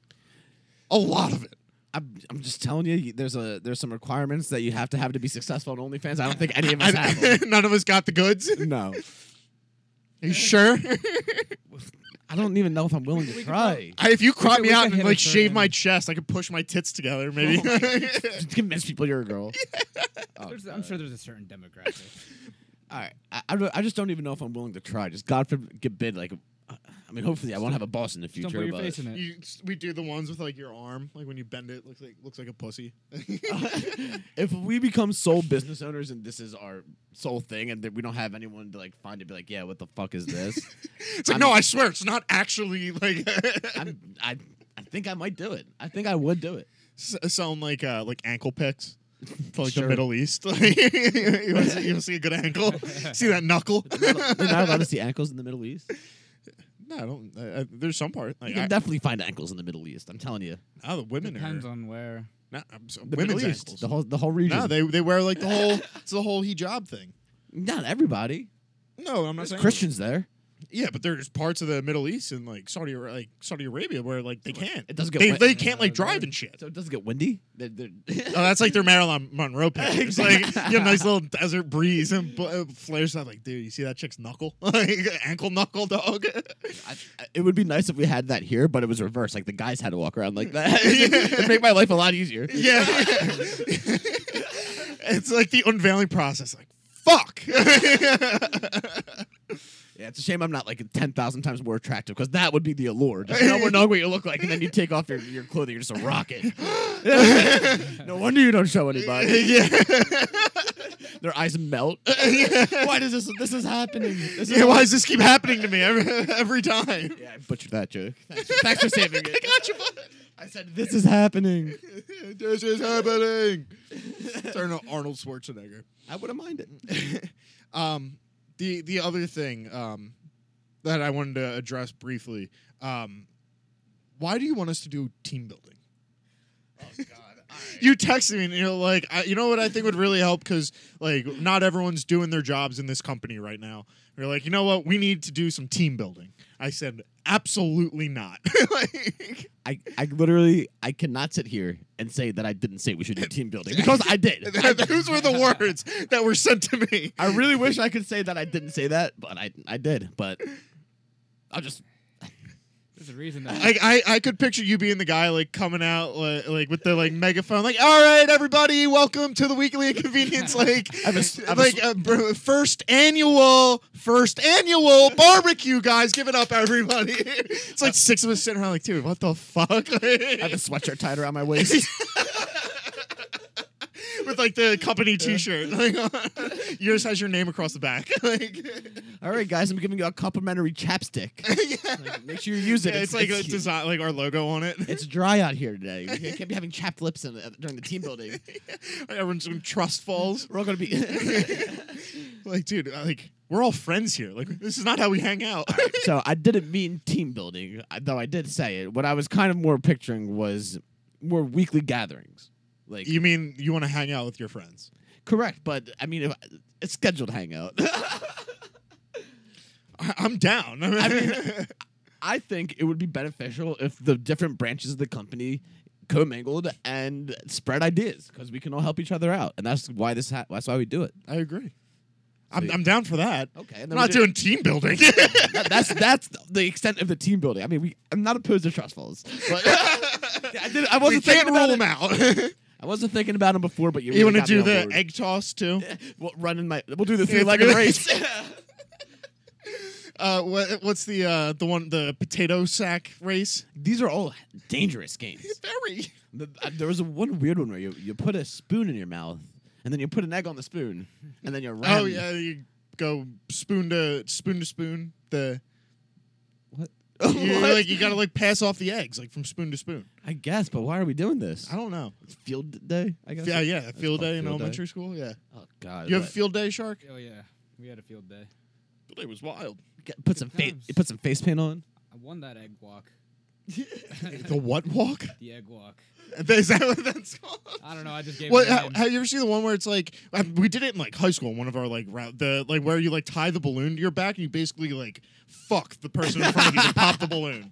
B: a lot of it.
A: I'm, I'm just telling you, you- there's a there's some requirements that you have to have to be successful on OnlyFans. I don't think any of us have. Them.
B: None of us got the goods.
A: No,
B: Are you sure?
A: I don't even know if I'm willing to try.
B: I- if you crop
C: could-
B: me
C: we
B: out
C: could
B: and
C: hit
B: like
C: a certain-
B: shave my chest, I could push my tits together, maybe.
A: Oh Just convince people you're a girl. Oh,
C: There's, I'm sure there's a certain demographic.
A: All right, I, I, don't- I just don't even know if I'm willing to try. Just God forbid, like, I mean, hopefully I won't have a boss in the future.
C: Don't put your
A: but
C: face in it.
B: You, we do the ones with like your arm, like when you bend it, looks like looks like a pussy.
A: if we become sole business owners and this is our sole thing and that we don't have anyone to like find it be like yeah what the fuck is this
B: it's like
A: I'm-
B: no, I swear it's not actually like
A: I'm, I, I think i might do it i think i would do it
B: S- sound like uh, like ankle pics for like
A: Sure.
B: the Middle East. Like, you want to see a good ankle? see that knuckle?
A: you're not you're not allowed to see ankles in the middle east
B: no, I don't. I, I, there's some
A: you
B: part. Like,
A: can
B: I,
A: definitely find ankles in the middle east i'm telling you
B: no, the women
C: Depends
B: are.
C: on where.
B: no, I'm so-
A: the
B: women's
A: middle east
B: ankles.
A: the whole the whole region
B: no, they they wear like the whole it's the whole hijab thing.
A: not everybody
B: No, I'm not
A: There's
B: saying
A: christians there
B: Yeah, but there's parts of the Middle East and like Saudi Ar- like Saudi Arabia where like they can't.
A: it doesn't get
B: They,
A: wet.
B: they can't like
C: Uh,
B: drive and shit.
A: so it doesn't get windy They're- they're-
B: Oh, that's like their Marilyn Monroe pictures. Like you have a nice little desert breeze and bl- uh, flares up. Like, dude, you see that chick's knuckle, like ankle knuckle, dog.
A: I, I- it would be nice if we had that here but it was reversed like the guys had to walk around like that it'd make my life a lot easier
B: yeah, it's like the unveiling process. Like, fuck.
A: Yeah, it's a shame I'm not like ten thousand times more attractive because that would be the allure. Just no one knowing what you look like, and then you take off your, your clothing, you're just a rocket. no wonder you don't show anybody.
B: yeah.
A: Their eyes melt. why does this this is happening? This is
B: yeah. Why does this keep happening to me every, every time?
A: Yeah, I butchered that joke. Thanks, thanks for saving it.
B: I got you, bud.
A: I said this is happening.
B: this is happening. Turn to Arnold Schwarzenegger.
A: I wouldn't mind it.
B: um, the the other thing um, that I wanted to address briefly. Um, why do you want us to do team building?
A: Oh God.
B: You texted me and you're like, I, you know what I think would really help because like not everyone's doing their jobs in this company right now. You're like, you know what, we need to do some team building. I said, absolutely not. like,
A: I, I literally I cannot sit here and say that I didn't say we should do team building because I did. I,
B: those were the words that were sent to me.
A: I really wish I could say that I didn't say that, but I I did. But I'll just
C: There's a reason that
B: I, I I could picture you being the guy like coming out like, like with the like megaphone, like all right, everybody, welcome to the weekly inconvenience, like
A: I have a s- I have a
B: like uh, br- first annual, first annual barbecue, guys, give it up, everybody. it's like six of us sitting around, like, dude, what the fuck?
A: I have a sweatshirt tied around my waist.
B: with like the company T-shirt, like, yours has your name across the back, like.
A: All right, guys, I'm giving you a complimentary chapstick. Like, make sure you use it.
B: Yeah, it's, like a
A: cute.
B: design, like our logo on it.
A: It's dry out here today. You can't be having chapped lips in, uh, during the team building.
B: Everyone's in trust falls.
A: We're all gonna be.
B: like, dude, uh, like we're all friends here. Like, this is not how we hang out.
A: so I didn't mean team building, I- though I did say it. What I was kind of more picturing was more weekly gatherings. Like
B: you mean you want to hang out with your friends?
A: correct, but I mean if, uh, it's scheduled hangout.
B: I- I'm down. I
A: mean- I think it would be beneficial if the different branches of the company commingled and spread ideas because we can all help each other out, and that's why this. Ha- that's why we do it.
B: I agree. I'm,
A: See.
B: I'm down for that.
A: Okay, and
B: I'm
A: then
B: not
A: we do-
B: doing team building.
A: That- that's that's the extent of the team building. I mean, we I'm not opposed to trust falls, but Yeah, I, did, I
B: we
A: wasn't
B: can't
A: thinking about
B: rule
A: it.
B: them out. you
A: I wasn't thinking about them before, but you, really
B: want to
A: got me
B: do
A: on
B: the
A: board.
B: egg toss too?
A: We'll run in my. We'll do the
B: Yeah,
A: three legged
B: three-
A: race.
B: Uh, what, what's the uh, the one the potato sack race?
A: These are all dangerous games.
B: Very.
A: The- uh, There was a one weird one where you, you put a spoon in your mouth and then you put an egg on the spoon and then you ram.
B: Oh yeah, you go spoon to spoon to spoon. The
A: What?
B: you,
A: What?
B: like you gotta like pass off the eggs like from spoon to spoon.
A: I guess, but why are we doing this?
B: I don't know.
A: It's field day, I guess.
B: Yeah, yeah,
A: It's
B: field
A: called
B: day in
A: field
B: elementary school. Yeah,
A: Oh god.
B: you have a
A: but-
B: field day, shark.
C: oh yeah, we had a field day.
B: Field day was wild.
A: get- put some face.
C: Sometimes.
A: Put some face paint on.
C: I won that egg walk.
B: the what walk?
C: The egg walk.
B: Is that what that's called?
C: I don't know. I just gave
B: What,
C: it. a
B: ha-
C: name.
B: have you ever seen the one where it's like I- we did it in like high school? One of our like route the like where you like tie the balloon to your back and you basically like fuck the person in front of you to pop the balloon.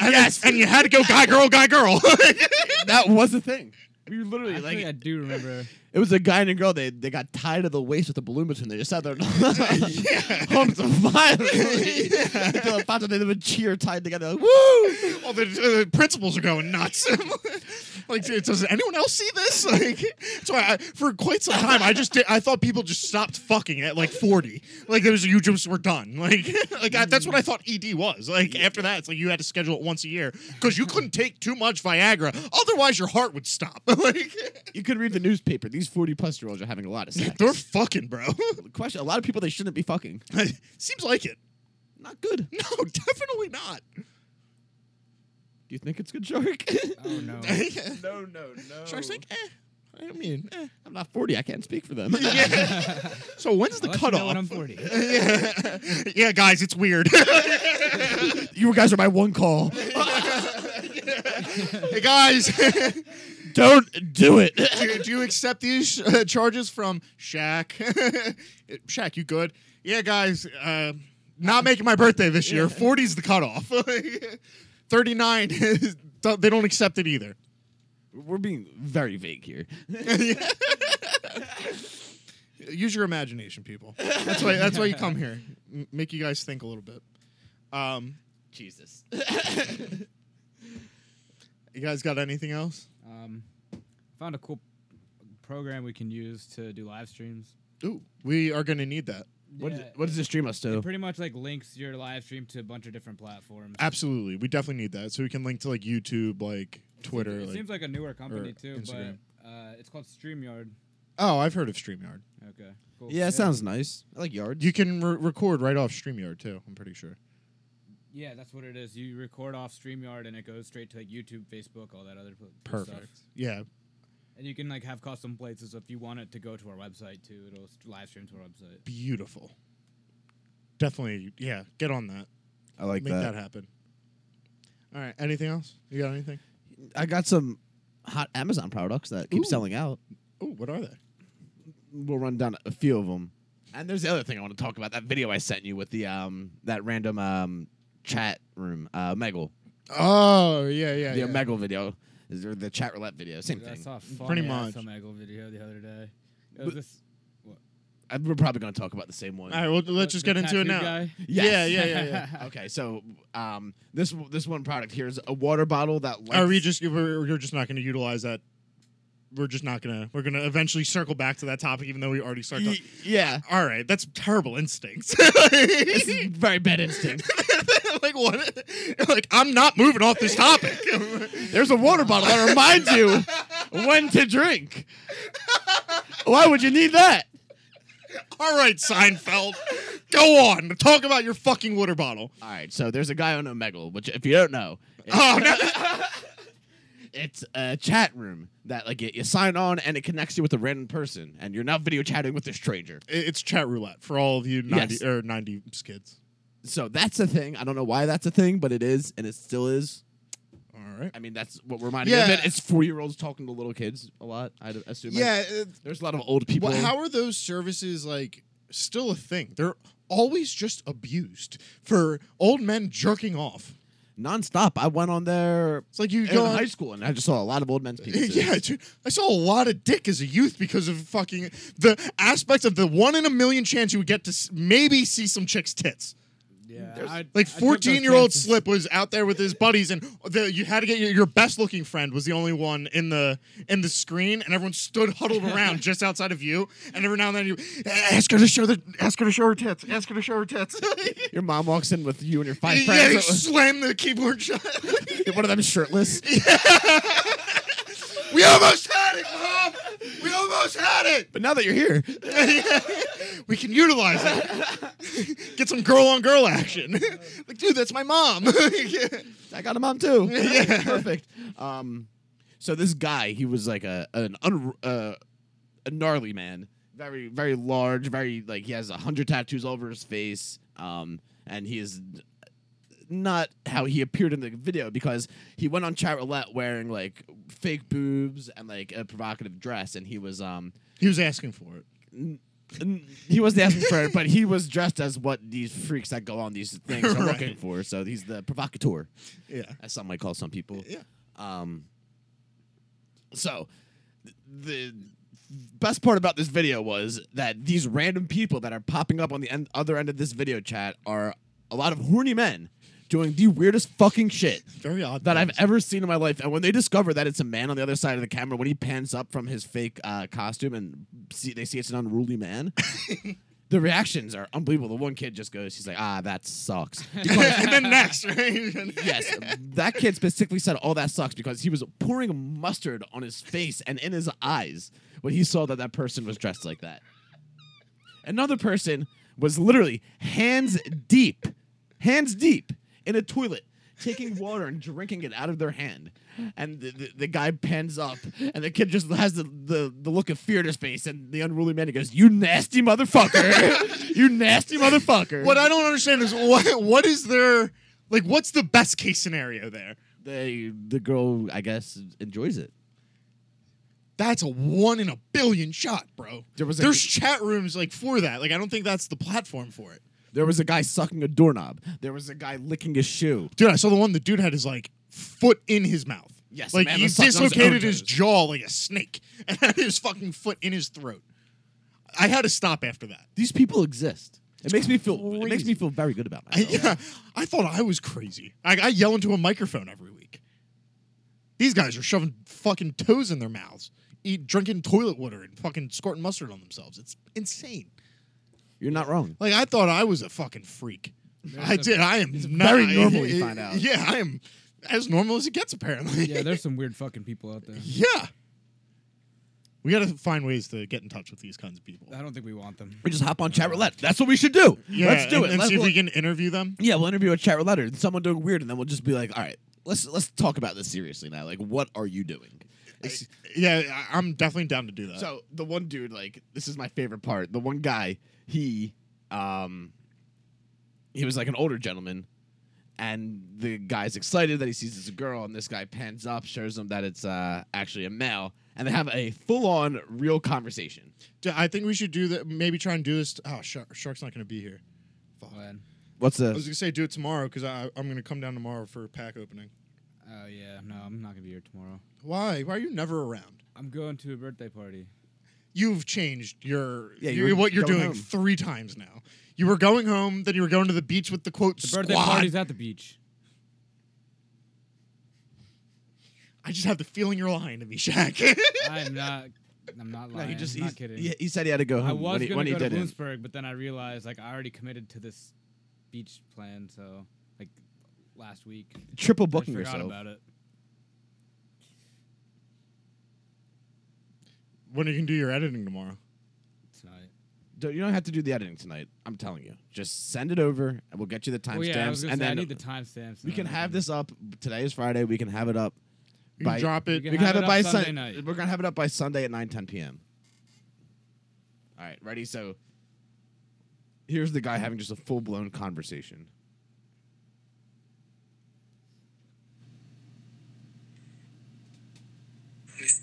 B: And
A: Yes!
B: it's- and you had to go guy girl guy girl.
A: that was a thing. We literally
C: Actually,
A: like
C: I do remember.
A: it was a guy and a girl. They they got tied to the waist with a balloon between. them. They just sat there, and humped violently until it popped and they would cheer tied together. Like, Woo!
B: All the, uh, principals are going nuts. like, dude, does anyone else see this? Like, so I, I- for quite some time, I just did, I thought people just stopped fucking at like forty. Like, there was you just were done. Like, like I, that's what I thought ED was. Like, after that, it's like you had to schedule it once a year because you couldn't take too much Viagra, otherwise your heart would stop. like,
A: You could read the newspaper. These forty plus year olds are having a lot of sex.
B: they're fucking, bro.
A: Question: A lot of people they shouldn't be fucking.
B: Seems like it.
A: Not good. Do
B: No, definitely not.
A: you think it's good, Shark?
C: Oh
A: no,
C: no.
A: no, no.
B: Shark's like, eh. I mean, eh.
A: I'm not forty. I can't speak for them.
B: Yeah. so when's the
C: I'll let you know
B: cutoff?
C: when I'm 40.
B: yeah. yeah, guys, it's weird.
A: you guys are my one call.
B: hey, guys,
A: Don't do it.
B: do, do you accept these uh, charges from Shaq? Shaq, you good? Yeah, guys, uh, not making my birthday this year. 40's the cutoff. 39, is- don't- they don't accept it either.
A: We're being very vague here.
B: Use your imagination, people. That's why, that's why you come here. M- make you guys think a little bit. Um,
A: Jesus.
B: you guys got anything else?
C: Um, found a cool program we can use to do live streams.
B: Ooh, we are going to need that.
A: What,
C: Yeah,
A: does- what does this stream us to?
C: It pretty much like links your live stream to a bunch of different platforms.
B: Absolutely, we definitely need that so we can link to like YouTube, like Twitter.
C: It
B: like-
C: seems like a newer company too,
B: Instagram.
C: but uh, it's called Streamyard.
B: oh, I've heard of Streamyard.
C: Okay. Cool.
A: Yeah, it sounds nice. I like yards.
B: You can re- record right off Streamyard too. I'm pretty sure.
C: Yeah, that's what it is. You record off Streamyard and it goes straight to like YouTube, Facebook, all that other pl- stuff.
B: Perfect. Yeah,
C: And you can like have custom places if you want it to go to our website too. It'll s- live stream to our website.
B: beautiful. Definitely, yeah. Get on that.
A: I like
B: Make that. happen. All right. Anything else? You got anything?
A: I got some hot Amazon products that keep
B: Ooh.
A: selling out.
B: Oh, what are they?
A: We'll run down a few of them. And there's the other thing I want to talk about. That video I sent you with the um that random um chat room, uh, Megal,
B: Oh yeah, yeah.
A: the
B: yeah.
A: Omegle video, is there the chat roulette video, same
C: I
A: thing.
C: saw a
B: Pretty
C: funny ass
B: much.
C: Omegle video the other day. It
A: But-
C: was this,
A: I- Uh, we're probably gonna talk about the same one.
B: All right, well let's just
C: the
B: get into it
C: tattoo
B: now.
C: guy.
B: Yeah,
A: Yes.
B: yeah, yeah, yeah.
A: okay, so um, this this one product here is a water bottle that. Lights,
B: Are we just we're, we're just not going to utilize that? We're just not gonna. We're gonna eventually circle back to that topic, even though we already started.
A: Y-
B: talking.
A: yeah,
B: All right, that's terrible instincts.
A: this is very bad instinct.
B: like what? Like I'm not moving off this topic.
A: There's a water bottle that reminds you when to drink. Why would you need that?
B: All right, Seinfeld, go on. Talk about your fucking water bottle.
A: All right, so there's a guy on Omegle, which if you don't know, it's,
B: Oh no.
A: it's a chat room that like you, you sign on and it connects you with a random person, and you're now video chatting with a stranger.
B: It- It's chat roulette for all of you 90
A: Yes.
B: or 90 kids.
A: So that's a thing. I don't know why that's a thing, but it is, and it still is.
B: All right.
A: I mean, that's what we're reminding me of
B: Yeah.
A: it. It's four year olds talking to little kids a lot. I assume.
B: Yeah,
A: there's a lot of old uh, people.
B: Well, how are those services like still a thing? They're always just abused for old men jerking off.
A: nonstop? I went on there
B: It's like you
A: in
B: go on-
A: high school, and I just saw a lot of old men's penises.
B: Yeah, dude, I saw a lot of dick as a youth because of fucking the aspect of the one in a million chance you would get to s- maybe see some chick's tits.
C: Yeah,
A: There's-
C: I- I
B: Like
C: took those
B: fourteen year old
C: chances.
B: slip was out there with his buddies, and the, you had to get your, your best looking friend was the only one in the in the screen, and everyone stood huddled around just outside of you. And every now and then you ask her to show the ask her to show her tits, ask her to show her tits.
A: Your mom walks in with you and your five
B: Yeah,
A: friends.
B: he slammed the keyboard shut.
A: one of them shirtless.
B: we almost had it, Mom! We almost had it!
A: But now that you're here,
B: we can utilize it. Get some girl on girl action. like, dude, that's my mom. yeah.
A: I got a mom too.
B: Yeah.
A: Perfect. Um, so this guy, he was like a an un, uh, a gnarly man, very very large, very like he has a hundred tattoos all over his face. Um, and he is not how he appeared in the video because he went on chat roulette wearing like fake boobs and like a provocative dress, and he was um
B: He was asking for it.
A: N- he wasn't asking for it, but he was dressed as what these freaks that go on these things are
B: Right.
A: looking for. So he's the provocateur,
B: Yeah.
A: as some might call some people.
B: Yeah.
A: Um. So, th- the best part about this video was that these random people that are popping up on the end, other end of this video chat are a lot of horny men doing the weirdest fucking shit
B: Very odd.
A: that I've
B: things.
A: ever seen in my life. And when they discover that it's a man on the other side of the camera, when he pans up from his fake uh, costume and see, they see it's an unruly man, the reactions are unbelievable. The one kid just goes, he's like, ah, that sucks. Because-
B: and then next, right?
A: yes, that kid specifically said, oh, that sucks because he was pouring mustard on his face and in his eyes when he saw that that person was dressed like that. Another person was literally hands deep, hands deep in a toilet, taking water and drinking it out of their hand. And the, the, the guy pans up, and the kid just has the, the, the look of fear in his face. And the unruly man he goes, You nasty motherfucker! you nasty motherfucker!
B: What I don't understand is what what is their like what's the best case scenario there?
A: they, the girl, I guess, enjoys it.
B: That's a one in a billion shot, bro.
A: There was a-
B: There's chat rooms like for that. Like I don't think that's the platform for it.
A: There was a guy sucking a doorknob. There was a guy licking his shoe.
B: Dude, I saw the one the dude had his like foot in his mouth.
A: Yes,
B: like
A: man
B: he
A: was sucking on his own
B: dislocated his
A: toes.
B: jaw like a snake and had his fucking foot in his throat. I had to stop after that.
A: These people exist. It makes me feel. It makes
B: crazy.
A: me feel very good about
B: I,
A: myself.
B: yeah, I thought I was crazy. I, I yell into a microphone every week. These guys are shoving fucking toes in their mouths, eat drinking toilet water and fucking squirting mustard on themselves. It's insane.
A: You're not wrong.
B: Like I thought I was a fucking freak.
C: There's
B: I
C: a-
B: did. I am not,
A: very normal, you find out.
B: Yeah, I am as normal as it gets apparently.
C: Yeah, there's some weird fucking people out there.
B: Yeah. We got to find ways to get in touch with these kinds of people.
C: I don't think we want them.
A: We just hop on chat roulette. That's what we should do.
B: Yeah,
A: let's do
B: and-
A: it.
B: And
A: Let's-
B: see if we can interview them.
A: yeah, we'll interview a chat roulette, someone doing weird, and then we'll just be like, all right, let's let's talk about this seriously now. Like, what are you doing? It's-
B: Yeah, I- I'm definitely down to do that.
A: So the one dude, like, this is my favorite part. The one guy, he, um, he was like an older gentleman, and the guy's excited that he sees this girl, and this guy pans up, shows him that it's uh, actually a male, and they have a full-on real conversation.
B: D- I think we should do that. Maybe try and do this. Oh, Shark, Shark's not going to be here.
C: Go ahead.
A: What's
B: I was
A: this?
B: gonna say do it tomorrow because I'm gonna come down tomorrow for pack opening.
C: Oh yeah, no, I'm not gonna be here tomorrow.
B: Why? Why are you never around?
C: I'm going to a birthday party.
B: You've changed your
A: Yeah, you
B: your-
A: were
B: what you're
A: going
B: doing
A: home.
B: three times now. You were going home, then you were going to the beach with the quote
C: The
B: squad.
C: birthday party's at the beach.
B: I just have the feeling you're lying to me, Shaq.
C: I'm not. I'm not lying.
A: he just
C: I'm
A: he's-
C: not kidding.
A: He, he said he had to go
C: I
A: home
C: was
A: when he,
C: gonna
A: when he
C: go to
A: didn't.
C: Bloomsburg, but then I realized like I already committed to this beach plan, so like last week. I
A: Triple
C: just
A: booking
C: forgot
A: yourself.
C: about it.
B: when are you gonna do your editing tomorrow?
C: tonight.
A: Don't- You don't have to do the editing tonight. I'm telling you. Just send it over, and we'll get you the
C: Oh, yeah, I was
A: timestamps,
C: gonna
A: and
C: say, I
A: then
C: need the timestamps.
A: we
C: and
A: can
C: then
A: have this up. Today is Friday. We can have it up.
B: You can
A: By-
B: drop
C: You
B: it.
C: can
A: We can
C: have
A: have it
C: it up
A: by
C: Sunday
A: Sun-
C: night.
A: We're gonna have it up by Sunday at 9, 10 p.m. All right, ready? So here's the guy having just a full blown conversation.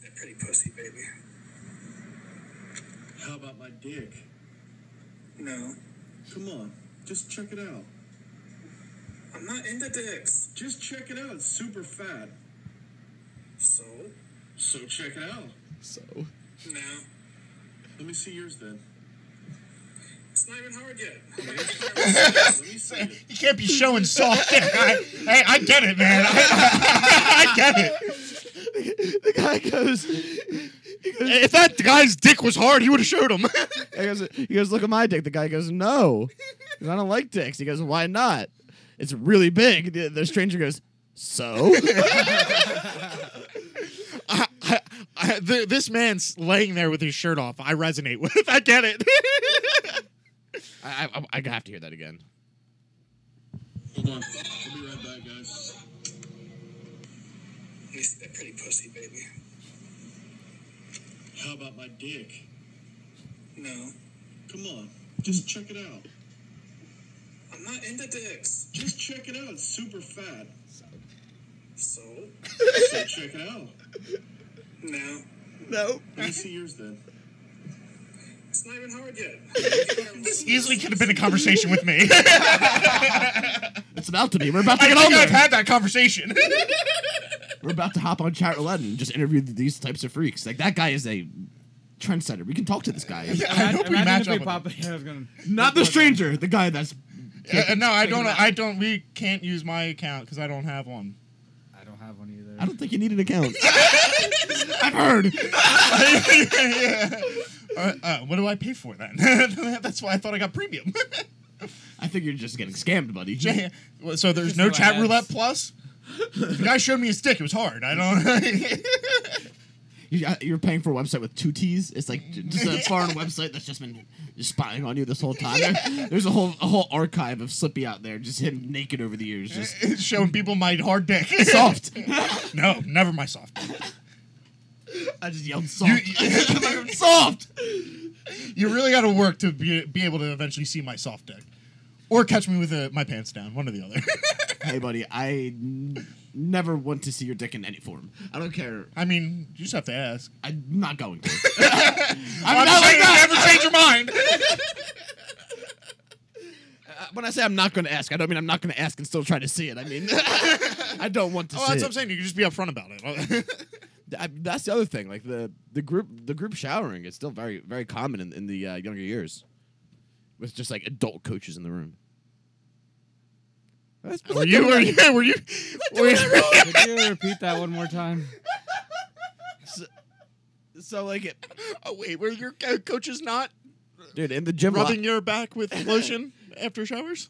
D: That pretty pussy, baby.
E: How about my dick?
D: No,
E: Come on, just check it out.
D: I'm not into dicks.
E: Just check it out. It's super fat.
D: So?
E: So check it out.
A: So
D: No.
E: Let me see yours then.
D: It's not even hard yet.
E: Let me see it.
B: You can't be showing soft. I, hey, I get it, man. I, get it.
A: the guy goes, he goes,
B: If that guy's dick was hard, he would have showed him.
A: he goes, he goes, look at my dick. The guy goes, no, 'cause I don't like dicks. He goes, why not? It's really big. The, the stranger goes, so
B: I, I, I, th- this man's laying there with his shirt off. I resonate with. I get it.
A: I, I, I have to hear that again.
E: Hold on. I'll be right back, guys.
D: That pretty pussy, baby.
E: How about my dick?
D: No,
E: Come on, just check it out.
D: I'm not into dicks.
E: Just check it out. It's super fat.
D: So?
E: So check it out.
D: No.
A: No.
E: Let me see yours then.
D: It's not even hard yet.
B: this easily could have been a conversation with me.
A: It's about to be. We're about to
B: I
A: get
B: think
A: on
B: I've
A: there.
B: had that conversation.
A: We're about to hop on chat roulette and just interview these types of freaks. Like that guy is a trendsetter. We can talk to this guy.
B: I hope we
C: Imagine
B: match
C: if
B: up.
C: we
B: with
C: pop- I was gonna-
A: Not the stranger. The guy that's
B: Uh, no, I don't.
C: him out.
B: I don't. We can't use my account because I don't have one.
C: I don't have one either.
A: I don't think you need an account. I've heard.
B: Uh, uh, what do I pay for then? That's why I thought I got premium.
A: I think you're just getting scammed, buddy.
B: J- so there's
C: Just
B: no
C: no
B: chat
C: ads.
B: roulette plus. The guy showed me his dick. It was hard. I don't.
A: You- uh, You're paying for a website with two T's. It's like j- just a foreign website that's just been spying on you this whole time. There- There's a whole a whole archive of Slippy out there, just him naked over the years, just
B: showing people my hard dick.
A: soft.
B: No, never my soft.
A: I just yelled soft. soft.
B: You really got to work to be, be able to eventually see my soft dick, or catch me with uh my pants down. One or the other.
A: Hey, buddy, I n- never want to see your dick in any form. I don't care.
B: I mean, you just have to ask.
A: I'm not going to.
B: I'm,
A: not like
B: saying
A: that.
B: never change your mind.
A: Uh, When I say I'm not going to ask, I don't mean I'm not going to ask and still try to see it. I mean, I don't want to
B: Oh,
A: see
B: that's
A: it.
B: what I'm saying. You can just be upfront about it.
A: Th- I, that's the other thing. Like the the group the group showering is still very very common in, in the uh, younger years, with just like adult coaches in the room. That's-
B: were you? Were you? Were you? Were you
C: Could you repeat that one more time?
A: So like, it,
B: oh wait, were your co- coaches not
A: dude, in the gym. a lot-
B: rubbing your back with lotion after showers?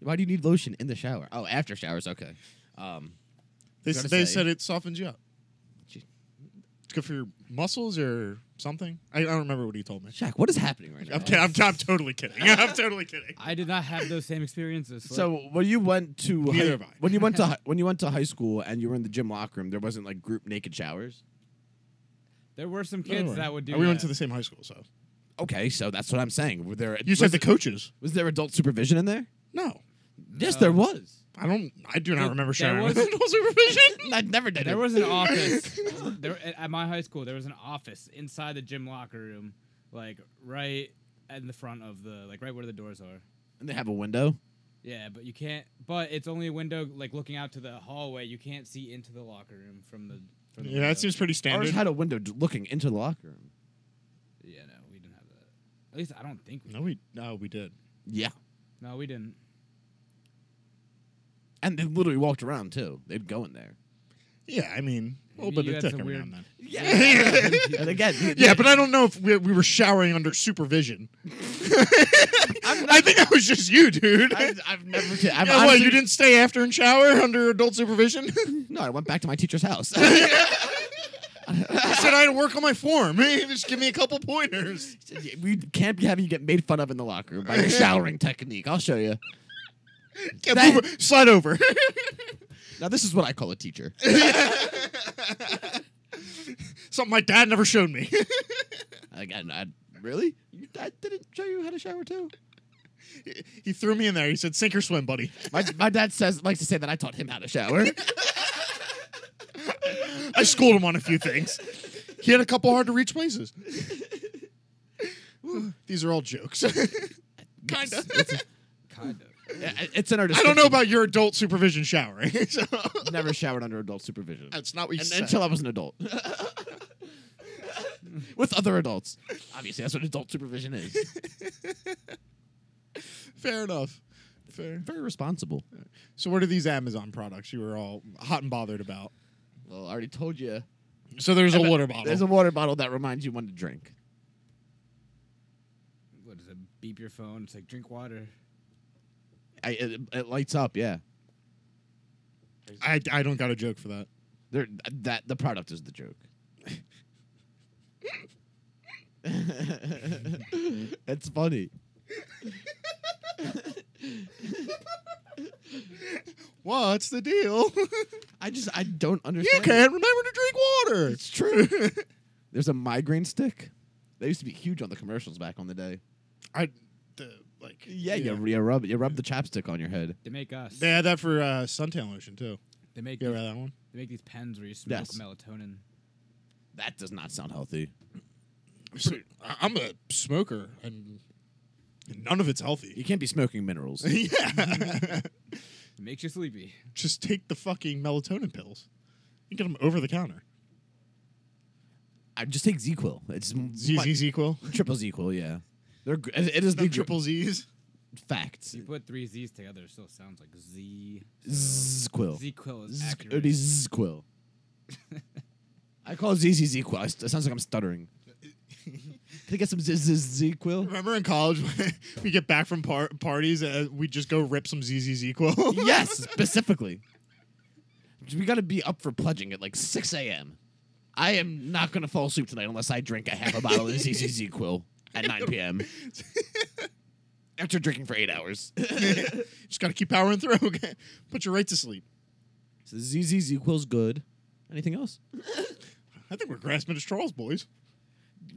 A: why do you need lotion in the shower? Oh, after showers. Okay. Um,
B: They,
A: Gotta
B: they
A: say.
B: said it softens you up.
A: Gee.
B: It's good for your muscles or something. I, I don't remember what he told me.
A: Shaq, what is happening right now?
B: I'm, kid- I'm, I'm totally kidding. I'm totally kidding.
C: I did not have those same experiences.
A: So when you went to
B: Neither
A: high-
B: have I.
A: when you went to hi- when you went to high school and you were in the gym locker room, there wasn't like group naked showers.
C: there were some
B: Don't
C: kids
B: worry.
C: that would do.
B: We went
C: that.
B: to the same high school, so
A: Okay, so that's what I'm saying. Were there
B: you said
A: was
B: the coaches.
A: was there adult supervision in there?
B: No,
A: Yes, there
C: Um,
A: was.
B: I don't. I do not
C: There-
B: remember
C: there
B: showering
C: was-
B: with adult supervision.
A: I never did.
C: There
A: it.
C: was an office there at at my high school. There was an office inside the gym locker room, like right in the front of the like right where the doors are.
A: And they have a window.
C: Yeah, but you can't. But it's only a window like looking out to the hallway. You can't see into the locker room from the. From the
B: Yeah, that
C: window.
B: seems pretty
A: Ours
B: standard.
A: had a window d- looking into the locker room.
C: Yeah, no, we didn't have that. At least I don't think we.
B: no, we no, we did.
A: Yeah,
C: No, we didn't.
A: and they literally walked around too. They'd go in there.
B: Yeah, I mean, a little
C: Maybe
B: bit
C: you
B: of
C: had
B: dick
C: some
B: every now
C: weird-
B: and then.
A: Yeah, and again,
B: Yeah, but I don't know if we, we were showering under supervision. I think that was just you, dude.
A: I, I've never. T- I've
B: yeah, what,
A: honestly-
B: you didn't stay after and shower under adult supervision?
A: No, I went back to my teacher's house.
B: I said I had to work on my form. Hey, just give me a couple pointers.
A: we can't be having you get made fun of in the locker room by your showering technique. I'll show you.
B: Yeah,
A: That-
B: move o- slide over.
A: Now this is what I call a teacher.
B: Something my dad never showed me.
A: Like, I, I, really? Your dad didn't show you how to shower too?
B: he threw me in there. He said, sink or swim, buddy.
A: My, my dad says likes to say that I taught him how to shower.
B: I schooled him on a few things. He had a couple hard to reach places. These are all jokes. Kinda.
A: It's, it's-
C: Kind of.
A: it's in our.
B: I don't know
A: description.
B: about your adult supervision showering. so
A: Never showered under adult supervision.
B: that's not what you
A: And-
B: said.
A: until I was an adult. With other adults. Obviously, that's what adult supervision is.
B: Fair enough. Fair.
A: Very responsible.
B: So what are these Amazon products you were all hot and bothered about?
A: Well, I already told you.
B: So there's a water bottle.
A: There's a water bottle that reminds you when to drink.
C: What does it beep your phone? It's like drink water.
A: I, it, it lights up, yeah.
B: I, I don't got a joke for that.
A: There, that the product is the joke. it's funny.
B: What's Oh, the deal?
A: I just I don't
B: you
A: understand.
B: can't remember to drink water.
A: It's true. There's a migraine stick. They used to be huge on the commercials back on the day.
B: I the, like
A: Yeah, You, you rub you rub the chapstick on your head.
C: They make us.
B: They had that for uh, suntan lotion too.
C: They make
B: You
C: these,
B: ever had that one?
C: they make these pens where you smoke
A: Yes.
C: melatonin.
A: That does not sound healthy.
B: I'm a smoker, and none of it's
A: You
B: healthy.
A: can't be smoking minerals.
B: yeah,
C: It makes you sleepy.
B: just take the fucking melatonin pills. You can get them over the counter.
A: I just take ZQuil. It's m-
B: Z
A: my-
B: Z equal.
A: triple ZQuil. Yeah, they're gr- it it is the triple
B: triple Z's.
A: facts.
C: You put three Z's together, it still sounds like Z.
B: Oh.
A: ZQuil.
C: ZQuil is
A: Z-
C: accurate.
A: It is Zquill. I call it ZZ Zquill. It sounds like I'm stuttering. Can I get some ZZ Zquill?
B: Remember in college, when we get back from par- parties, uh, we just go rip some ZZ's equal.
A: yes, specifically. We got to be up for pledging at like 6 a.m. I am not going to fall asleep tonight unless I drink a half a bottle of ZZ Zquill at 9 p.m. After drinking for eight hours.
B: just gotta keep powering through. Okay, put you right to sleep.
A: so ZZ Zquil's good. Anything else?
B: I think we're grasping at straws, boys.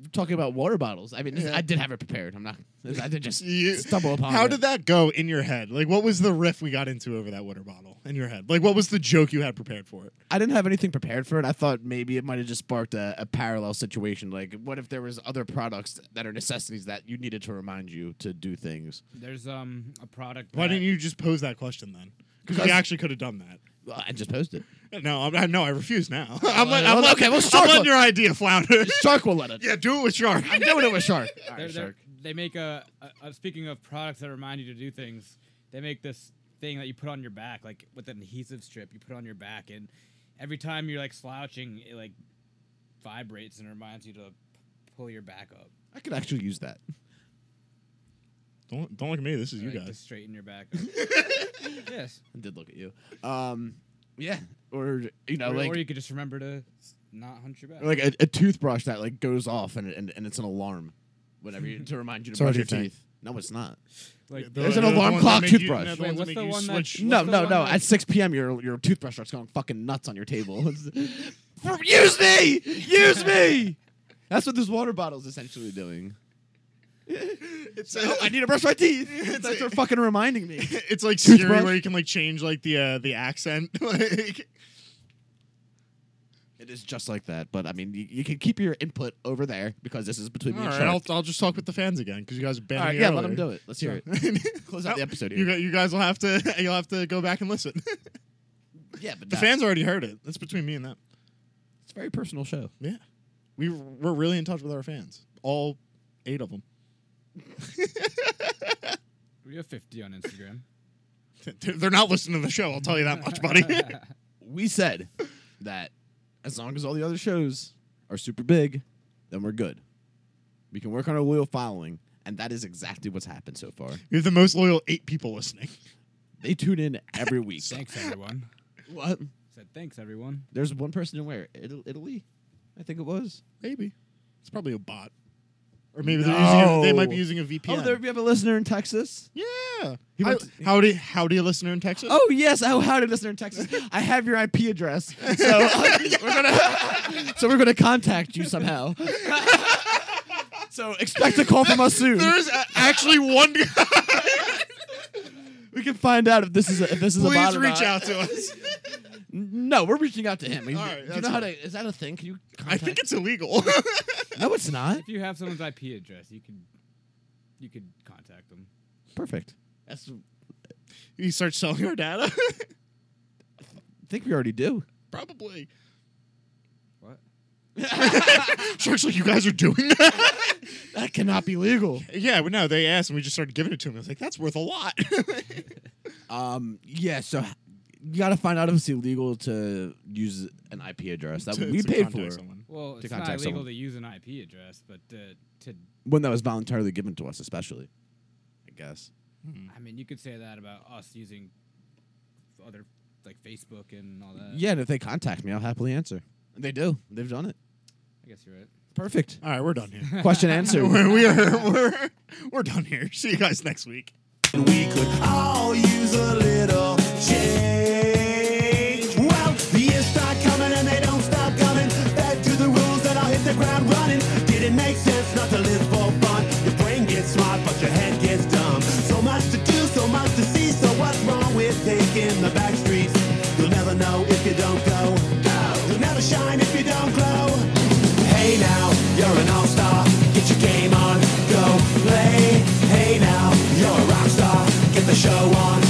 A: We're talking about water bottles. I mean, this-
B: Yeah.
A: I did have it prepared. I'm not. I did just
B: You-
A: stumble upon
B: How
A: it.
B: did that go in your head? Like, what was the riff we got into over that water bottle in your head? Like, what was the joke you had prepared for it?
A: I didn't have anything prepared for it. I thought maybe it might have just sparked a, a parallel situation. Like, what if there was other products that are necessities that you needed to remind you to do things?
C: There's um a product.
B: Why
C: that-
B: didn't you just pose that question then? Because
A: Because-
B: we actually could have done that.
A: Well, I just posted.
B: No, I'm, I no, I refuse now. I'm, let,
A: well,
B: I'm, let-
A: okay, well,
B: I'm
A: shark
B: letting
A: one.
B: your idea flounder.
A: Shark will let it.
B: yeah, do it with shark.
A: I'm doing it with Shark. All
C: They're-
A: right,
C: they're-
A: Shark.
C: They make a, a, a. Speaking of products that remind you to do things, they make this thing that you put on your back, like with an adhesive strip. You put it on your back, and every time you're like slouching, it like vibrates and reminds you to p- pull your back up,
A: I could actually use that.
B: Don't don't look at me. This is
C: or,
B: you
C: like, to
B: guys.
C: straighten your back. up. yes.
A: I did look at you. Um, yeah, or you know,
C: or,
A: like
C: or you could just remember to s- not hunch your back.
A: or like a, a toothbrush that like goes off and and, and it's an alarm, whatever you, to remind you to
B: It's already
A: brush your
B: a thing.
A: teeth. No, it's not.
C: Like,
A: There's
B: The-
A: an
B: the
A: alarm
B: ones that
A: clock
B: make you-
A: toothbrush.
B: no, the
C: Wait,
B: ones that
C: what's
B: make
C: the
B: you
C: one that-
B: switch-
A: No,
C: the
A: no,
C: one
A: no.
C: that-
A: At 6 p.m., your your toothbrush starts going fucking nuts on your table. Use me! Use me! That's what this water bottle is essentially doing.
B: It's,
A: Oh, I need to brush my teeth. That's what fucking reminding me.
B: it's like Siri
A: Toothbrush?
B: where you can like change like the uh, the accent. like,
A: It is just like that. But I mean, you, you can keep your input over there because this is between
B: All
A: me and
B: right,
A: Shark.
B: I'll, I'll just talk with the fans again because you guys banned
A: All right,
B: me.
A: yeah,
B: earlier.
A: let him do it. Let's hear it.
B: it.
A: Close out the episode here.
B: You, gu- you guys will have to. You'll have to go back and listen.
A: Yeah, but
B: the
A: no,
B: fans already heard it. It's between me and them.
A: It's a very personal show.
B: Yeah, we we're really in touch with our fans. All eight of them.
C: We have 50 on Instagram.
B: They're not listening to the show. I'll tell you that much, buddy.
A: We said that as long as all the other shows are super big, then we're good. We can work on our loyal following, and that is exactly what's happened so far.
B: we have the most loyal eight people listening.
A: They tune in every week.
C: thanks, everyone.
A: what?
C: Said thanks, everyone.
A: There's one person in where Ital- Italy, I think it was. Oh,
B: Maybe it's probably a bot, or maybe they're using a, they might be
A: No.
B: using a VPN.
A: Oh, there we have a listener in Texas.
B: yeah.
A: He
B: How,
A: went to-
B: howdy, howdy, a listener in Texas.
A: Oh yes, oh howdy, listener in Texas. I have your IP address, so uh, we're gonna so we're gonna contact you somehow. so expect a call from us soon.
B: There's a- actually one guy.
A: We can find out if this is a, if this is a bot
B: Please
A: or
B: reach
A: not.
B: out to us.
A: No, we're reaching out to him. You-
B: All right,
A: you
B: that's
A: know how
B: fine.
A: to- is that a thing? Can you?
B: I
A: Contact?
B: think it's illegal.
A: no, it's not.
C: If you have someone's IP address, you could you could contact them.
A: Perfect. That's, I
B: you start selling our data?
A: think we already do.
B: Probably.
C: What?
B: Shark's like, you guys are doing that?
A: That cannot be legal.
B: yeah, but no, they asked and we just started giving it to him. It's like, that's worth a lot.
A: Um. Yeah. So h- you got to find out if it's illegal to use an IP address that
B: To-
A: we
B: to
A: paid for
B: contact someone.
C: Well, it's not
A: contact
C: illegal
A: someone.
C: to use an IP address, but uh, to
A: when that was voluntarily given to us, especially. I guess. Hmm.
C: I mean, you could say that about us using other like Facebook and all that.
A: Yeah, and if they contact me, I'll happily answer. And they do. They've done it.
C: I guess you're right.
A: Perfect.
B: All right, we're done here.
A: Question answered.
B: we're, we're, we're, we're done here. See you guys next week.
F: We could all use a little change. Well, the years start coming and they don't stop coming. Fed to the rules and I'll hit the ground running. Didn't make sense not to live for fun. Your brain gets smart, but your head gets dumb. So much to do, so much to see. So what's wrong with taking the back streets? You'll never know if you don't go. Go. You'll never shine if you don't glow. Hey now, you're an all-star. Get your game on, go play. Hey now, you're a rock star. Get the show on,